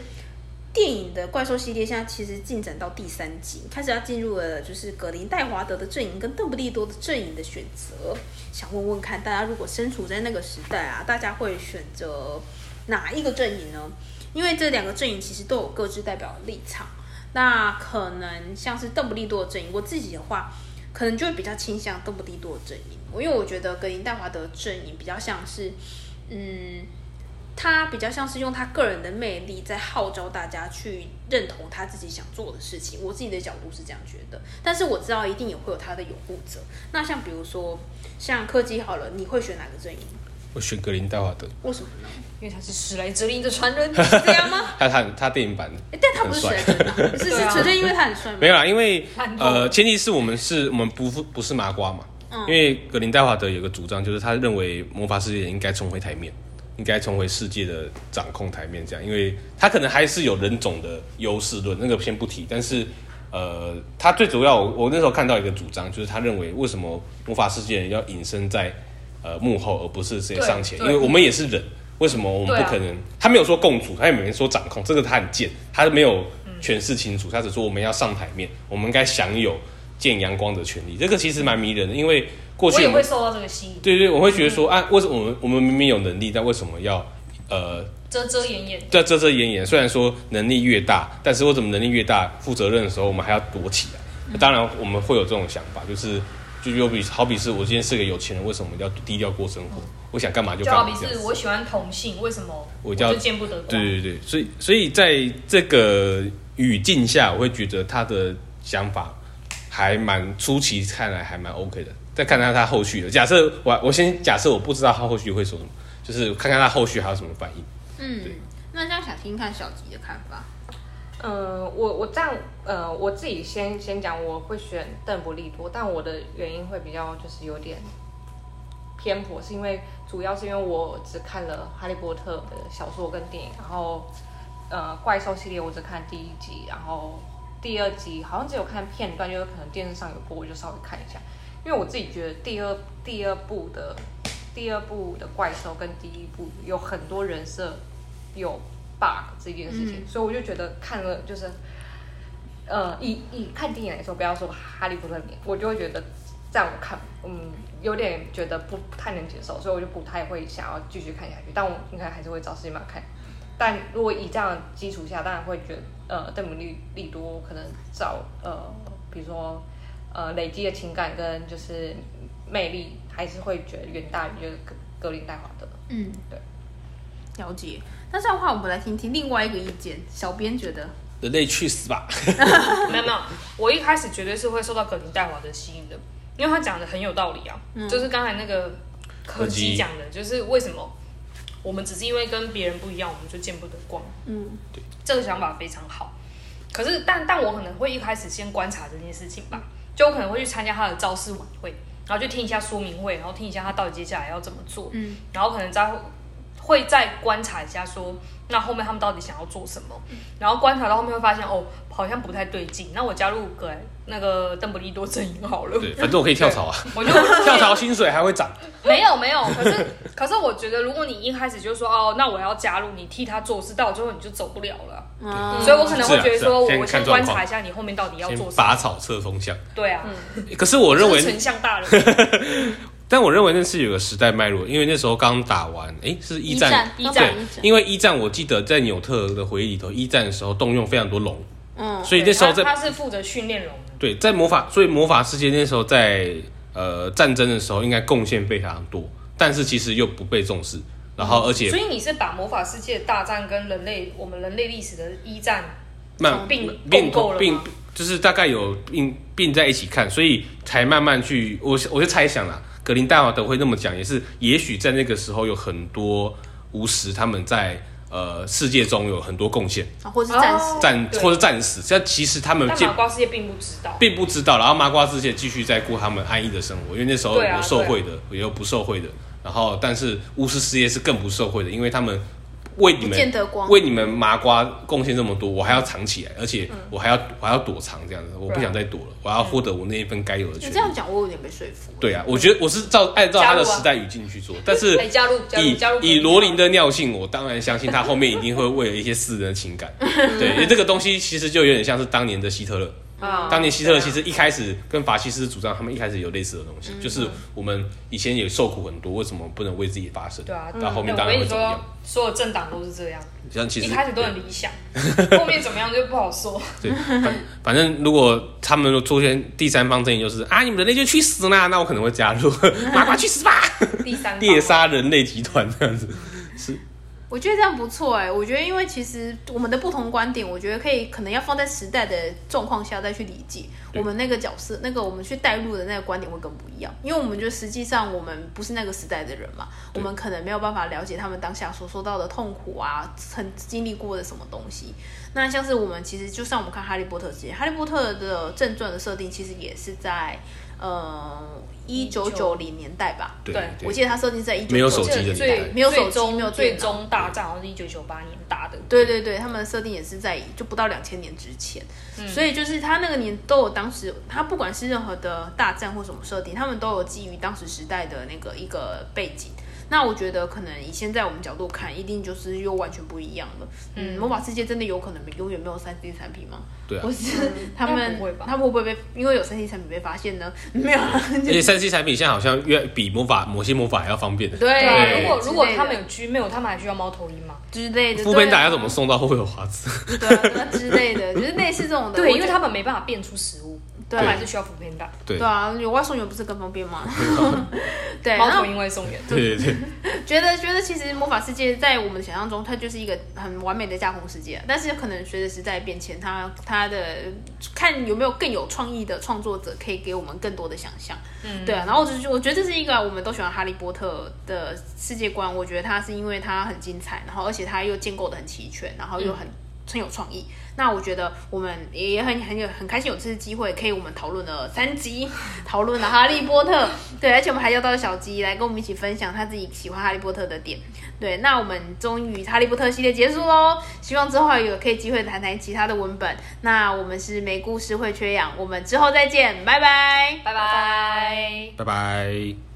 Speaker 1: 电影的怪兽系列现在其实进展到第三集，开始要进入了就是格林戴华德的阵营跟邓布利多的阵营的选择。想问问看，大家如果身处在那个时代啊，大家会选择哪一个阵营呢？因为这两个阵营其实都有各自代表的立场。那可能像是邓布利多的阵营，我自己的话，可能就会比较倾向邓布利多的阵营，因为我觉得格林戴华德的阵营比较像是，嗯，他比较像是用他个人的魅力在号召大家去认同他自己想做的事情。我自己的角度是这样觉得，但是我知道一定也会有他的拥护者。那像比如说像柯基好了，你会选哪个阵营？
Speaker 2: 我选格林戴华德，
Speaker 1: 为什么呢？
Speaker 3: 因为他是史莱哲林的传 人。
Speaker 1: 这样吗？
Speaker 2: 他他他电影版的
Speaker 1: 诶但他不是
Speaker 2: 很
Speaker 1: 选择啊，是是
Speaker 3: 对啊
Speaker 1: 纯粹因为他很帅吗
Speaker 2: 没？有啦，因为
Speaker 3: 看透
Speaker 2: 呃，前提是我们是我们不不是麻瓜嘛，
Speaker 3: 嗯
Speaker 2: 因为格林戴华德有个主张，就是他认为魔法世界应该重回台面，应该重回世界的掌控台面，这样，因为他可能还是有人种的优势论，那个先不提，但是。呃，他最主要，我我那时候看到一个主张，就是他认为为什么魔法世界人要隐身在呃幕后，而不是直接上前，因
Speaker 3: 对
Speaker 2: 为
Speaker 3: 对
Speaker 2: 我们也是人，为什么我们
Speaker 3: 对
Speaker 2: 不
Speaker 3: 啊
Speaker 2: 可能？嗯他没有说共主，他也没说掌控，这个他很贱，他没有诠释清楚，他只说我们要上台面，我们该享有见阳光的权利。这个其实蛮迷人的，因为过
Speaker 3: 我
Speaker 2: 去
Speaker 3: 也
Speaker 2: 我们
Speaker 3: 会受到这个吸引，
Speaker 2: 对对，我会觉得说啊，为什么我们我们明明有能力，但为什么要呃
Speaker 3: 遮遮掩掩。
Speaker 2: 在遮遮掩掩？虽然说能力越大，但是为什么能力越大，负责任的时候我们还要躲起来？那当然我们会有这种想法，就是就又比好比是我今天是个有钱人，为什么要低调过生活？我想干嘛就
Speaker 3: 就
Speaker 2: 干嘛
Speaker 3: 好比
Speaker 2: 这样
Speaker 3: 是
Speaker 2: 子。
Speaker 3: 我喜欢同性，为什么
Speaker 2: 我叫
Speaker 3: 就见不得光？
Speaker 2: 对对对，所以所以在这个语境下，我会觉得他的想法还蛮初期看来还蛮 OK 的。再看看他后续的，假设我我先假设我不知道他后续会说什么，就是看看他后续还有什么反应。
Speaker 1: 嗯
Speaker 2: 对，
Speaker 1: 那这样想听听看小吉的看法。
Speaker 4: 呃，我我这样，呃，我自己先先讲，我会选邓布利多，但我的原因会比较就是有点偏颇，是因为主要是因为我只看了《哈利波特》的小说跟电影，然后呃，怪兽系列我只看第一集，然后第二集好像只有看片段，就是可能电视上有播，我就稍微看一下，因为我自己觉得第二第二部的第二部的怪兽跟第一部有很多人设有 bug 这件事情，所以我就觉得看了就是，呃，以以看电影来说，不要说哈利波特里面，我就会觉得在我看，嗯，有点觉得不不太能接受，所以我就不太会想要继续看下去，但我应该还是会找时间把它看。但如果以这样的基础下，当然会觉得，呃，邓布利利多可能找呃，比如说呃累积的情感跟就是魅力，还是会觉得远大于就是格格林戴华德。
Speaker 1: 嗯，
Speaker 4: 对，
Speaker 1: 了解。那这样的话，我们来听听另外一个意见，小编觉得，
Speaker 2: 人类去死 吧！
Speaker 3: 没有没有，我一开始绝对是会受到葛林戴华的吸引的，因为他讲的很有道理啊。就是刚才那个柯基讲的，就是为什么我们只是因为跟别人不一样，我们就见不得光。
Speaker 1: 嗯
Speaker 3: 这个想法非常好。可是，但但我可能会一开始先观察这件事情吧，就我可能会去参加他的招式晚会，然后去听一下说明会，然后听一下他到底接下来要怎么做，
Speaker 1: 嗯，
Speaker 3: 然后可能再会再观察一下说，那后面他们到底想要做什么，然后观察到后面会发现哦，好像不太对劲，那我加入个那个邓布利多阵营好了，
Speaker 2: 对，反正我可以跳槽啊，
Speaker 3: 我就
Speaker 2: 跳槽薪水还会涨。
Speaker 3: 没有没有，可是可是我觉得，如果你一开始就说哦，那我要加入，你替他做事，到最后你就走不了了啊。
Speaker 1: 啊，
Speaker 3: 所以我可能会觉得说，
Speaker 2: 是啊是啊
Speaker 3: 我
Speaker 2: 先看
Speaker 3: 先
Speaker 2: 状
Speaker 3: 观
Speaker 2: 况
Speaker 3: 察一下你后面到底要
Speaker 2: 先
Speaker 3: 做什么。
Speaker 2: 拔草测风向。
Speaker 3: 对啊，
Speaker 2: 可是我认
Speaker 3: 就是
Speaker 2: 为
Speaker 3: 丞相大人，
Speaker 2: 但我认为那是有个时代脉络，因为那时候刚打完，诶，是一战，
Speaker 1: 一
Speaker 3: 战
Speaker 2: 对
Speaker 1: 一战，
Speaker 2: 因为一战我记得在纽特的回忆里头，一战的时候动用非常多龙，
Speaker 1: 嗯，
Speaker 2: 所以那时候在
Speaker 3: 对他他是负责训练龙的，
Speaker 2: 对，在魔法，所以魔法世界那时候在呃战争的时候，应该贡献非常多，但是其实又不被重视，然后而且
Speaker 3: 所以你是把魔法世界大战跟人类我们人类历史的一战
Speaker 2: 慢
Speaker 3: 并
Speaker 2: 并
Speaker 3: 共构了吗
Speaker 2: 并就是大概有并并在一起看，所以才慢慢去我我就猜想啦，格林大华德会那么讲，也是也许在那个时候有很多巫师他们在呃世界中有很多贡献，
Speaker 1: 啊或是战士，
Speaker 3: 哦
Speaker 2: 战
Speaker 3: 对
Speaker 2: 或者战死，但其实他们
Speaker 3: 但
Speaker 2: 并
Speaker 3: 麻瓜世界并不知道。
Speaker 2: 并不知道，然后麻瓜世界继续在过他们安逸的生活，因为那时候
Speaker 3: 对啊
Speaker 2: 有受贿的，也有不受贿的，然后但是巫师世界是更不受贿的，因为他们为你
Speaker 1: 不见得
Speaker 2: 们
Speaker 1: 光
Speaker 2: 为你们麻瓜贡献这么多，我还要藏起来，而且
Speaker 3: 嗯
Speaker 2: 我还要我还要躲藏这样子，我
Speaker 3: 啊
Speaker 2: 不想再躲了，我要获得我那一份该有的
Speaker 1: 你
Speaker 2: 权
Speaker 1: 这样
Speaker 2: 利。
Speaker 1: 讲我有点被说服了。
Speaker 2: 对啊，我觉得我是照按照他的
Speaker 3: 加入啊
Speaker 2: 时代语境去 做，但是
Speaker 3: 哎加入加入
Speaker 2: 以
Speaker 3: 加入啊
Speaker 2: 以罗琳的尿性，我当然相信他后面一定会为了一些私人的情 感，对，因为这个东西其实就有点像是当年的希特勒。
Speaker 3: 啊
Speaker 2: 当年希特勒其实一开始跟法西斯主张，他们一开始有类似的东西，就是我们以前也受苦很多，为什么不能为自己发声？
Speaker 3: 对啊，
Speaker 2: 到后面
Speaker 3: 嗯
Speaker 2: 当然会怎么
Speaker 3: 我跟
Speaker 2: 样
Speaker 3: 你？说，所有政党都是这样，
Speaker 2: 像其
Speaker 3: 一
Speaker 2: 实
Speaker 3: 开始都很理想，后面怎么样就不 好说。
Speaker 2: 对，反反正如果他们出现第三方阵营，就是啊，你们人类就去死啦，那我可能会加入， 麻瓜去死吧，嗯
Speaker 3: 第三方
Speaker 2: 猎杀人类集团这样子。
Speaker 1: 我觉得这样不错哎、我觉得因为其实我们的不同观点，我觉得可以可能要放在时代的状况下再去理解
Speaker 2: 对
Speaker 1: 我们那个角色，那个我们去带入的那个观点会更不一样，因为我们就实际上我们不是那个时代的人嘛，我
Speaker 2: 对
Speaker 1: 们可能没有办法了解他们当下所受到的痛苦啊，曾经历过的什么东西。那像是我们其实就像我们看《哈利波特》之前，《哈利波特》的正传的设定其实也是在呃一九九零年代吧，
Speaker 2: 对
Speaker 3: 对
Speaker 1: 我记得它设定是在一九
Speaker 2: 没有手
Speaker 3: 我
Speaker 2: 机
Speaker 3: 记
Speaker 2: 的
Speaker 3: 得
Speaker 2: 年代
Speaker 3: 最
Speaker 1: 没有手机
Speaker 3: 最终
Speaker 1: 没有电
Speaker 3: 最
Speaker 1: 脑
Speaker 3: 终大战，好像是一九九八年打的。
Speaker 1: 对对对，他们的设定也是在就不到两千年之前，
Speaker 2: 嗯
Speaker 1: 所以就是他那个年都有当时他不管是任何的大战或什么设定，他们都有基于当时时代的那个一个背景。那我觉得可能以现在我们角度看，一定就是又完全不一样了。嗯，魔法世界真的有可能永远没有三 C 产品吗？
Speaker 2: 对啊
Speaker 1: 或是他们
Speaker 3: 应该不会吧
Speaker 1: 他们会不会被因为有三 C 产品被发现呢？ 没有啊，
Speaker 2: 而且三 C 产品现在好像越比魔法某些魔法还要方便的。
Speaker 1: 对
Speaker 3: 啊
Speaker 2: 对
Speaker 3: 如果
Speaker 1: 之类的
Speaker 3: 如果他们有 Gmail，他们还需要猫头鹰吗？
Speaker 1: 之类的。
Speaker 2: 副
Speaker 1: 对
Speaker 2: 本
Speaker 1: 啊
Speaker 2: 打要怎么送到会有华 子？
Speaker 1: 对啊对啊之类的，就是类似这种的。
Speaker 3: 对，
Speaker 1: 我
Speaker 3: 因为
Speaker 1: 觉
Speaker 3: 他们没办法变出食物，
Speaker 1: 对啊
Speaker 3: 他们还是需要普遍蛋。
Speaker 2: 对
Speaker 1: 对啊，有外送员不是更方便吗？对，
Speaker 3: 猫
Speaker 1: 然后
Speaker 3: 头鹰外送员，
Speaker 2: 对对对，
Speaker 1: 觉得觉得其实魔法世界在我们的想象中，它就是一个很完美的架空世界，但是可能随着时代变迁，它它的看有没有更有创意的创作者可以给我们更多的想象。嗯，对啊。然后我就我觉得这是一个我们都喜欢哈利波特的世界观，我觉得它是因为它很精彩，然后而且它又建构的很齐全，然后又很。很有创意，那我觉得我们也很很有很开心有这次机会，可以我们讨论了三集， 讨论了《哈利波特》，对，而且我们还邀到了小鸡来跟我们一起分享他自己喜欢《哈利波特》的点。对，那我们终于《哈利波特》系列结束喽，希望之后有可以机会谈谈其他的文本。那我们是没故事会缺氧，我们之后再见，拜拜。
Speaker 3: 拜拜。
Speaker 2: 拜拜。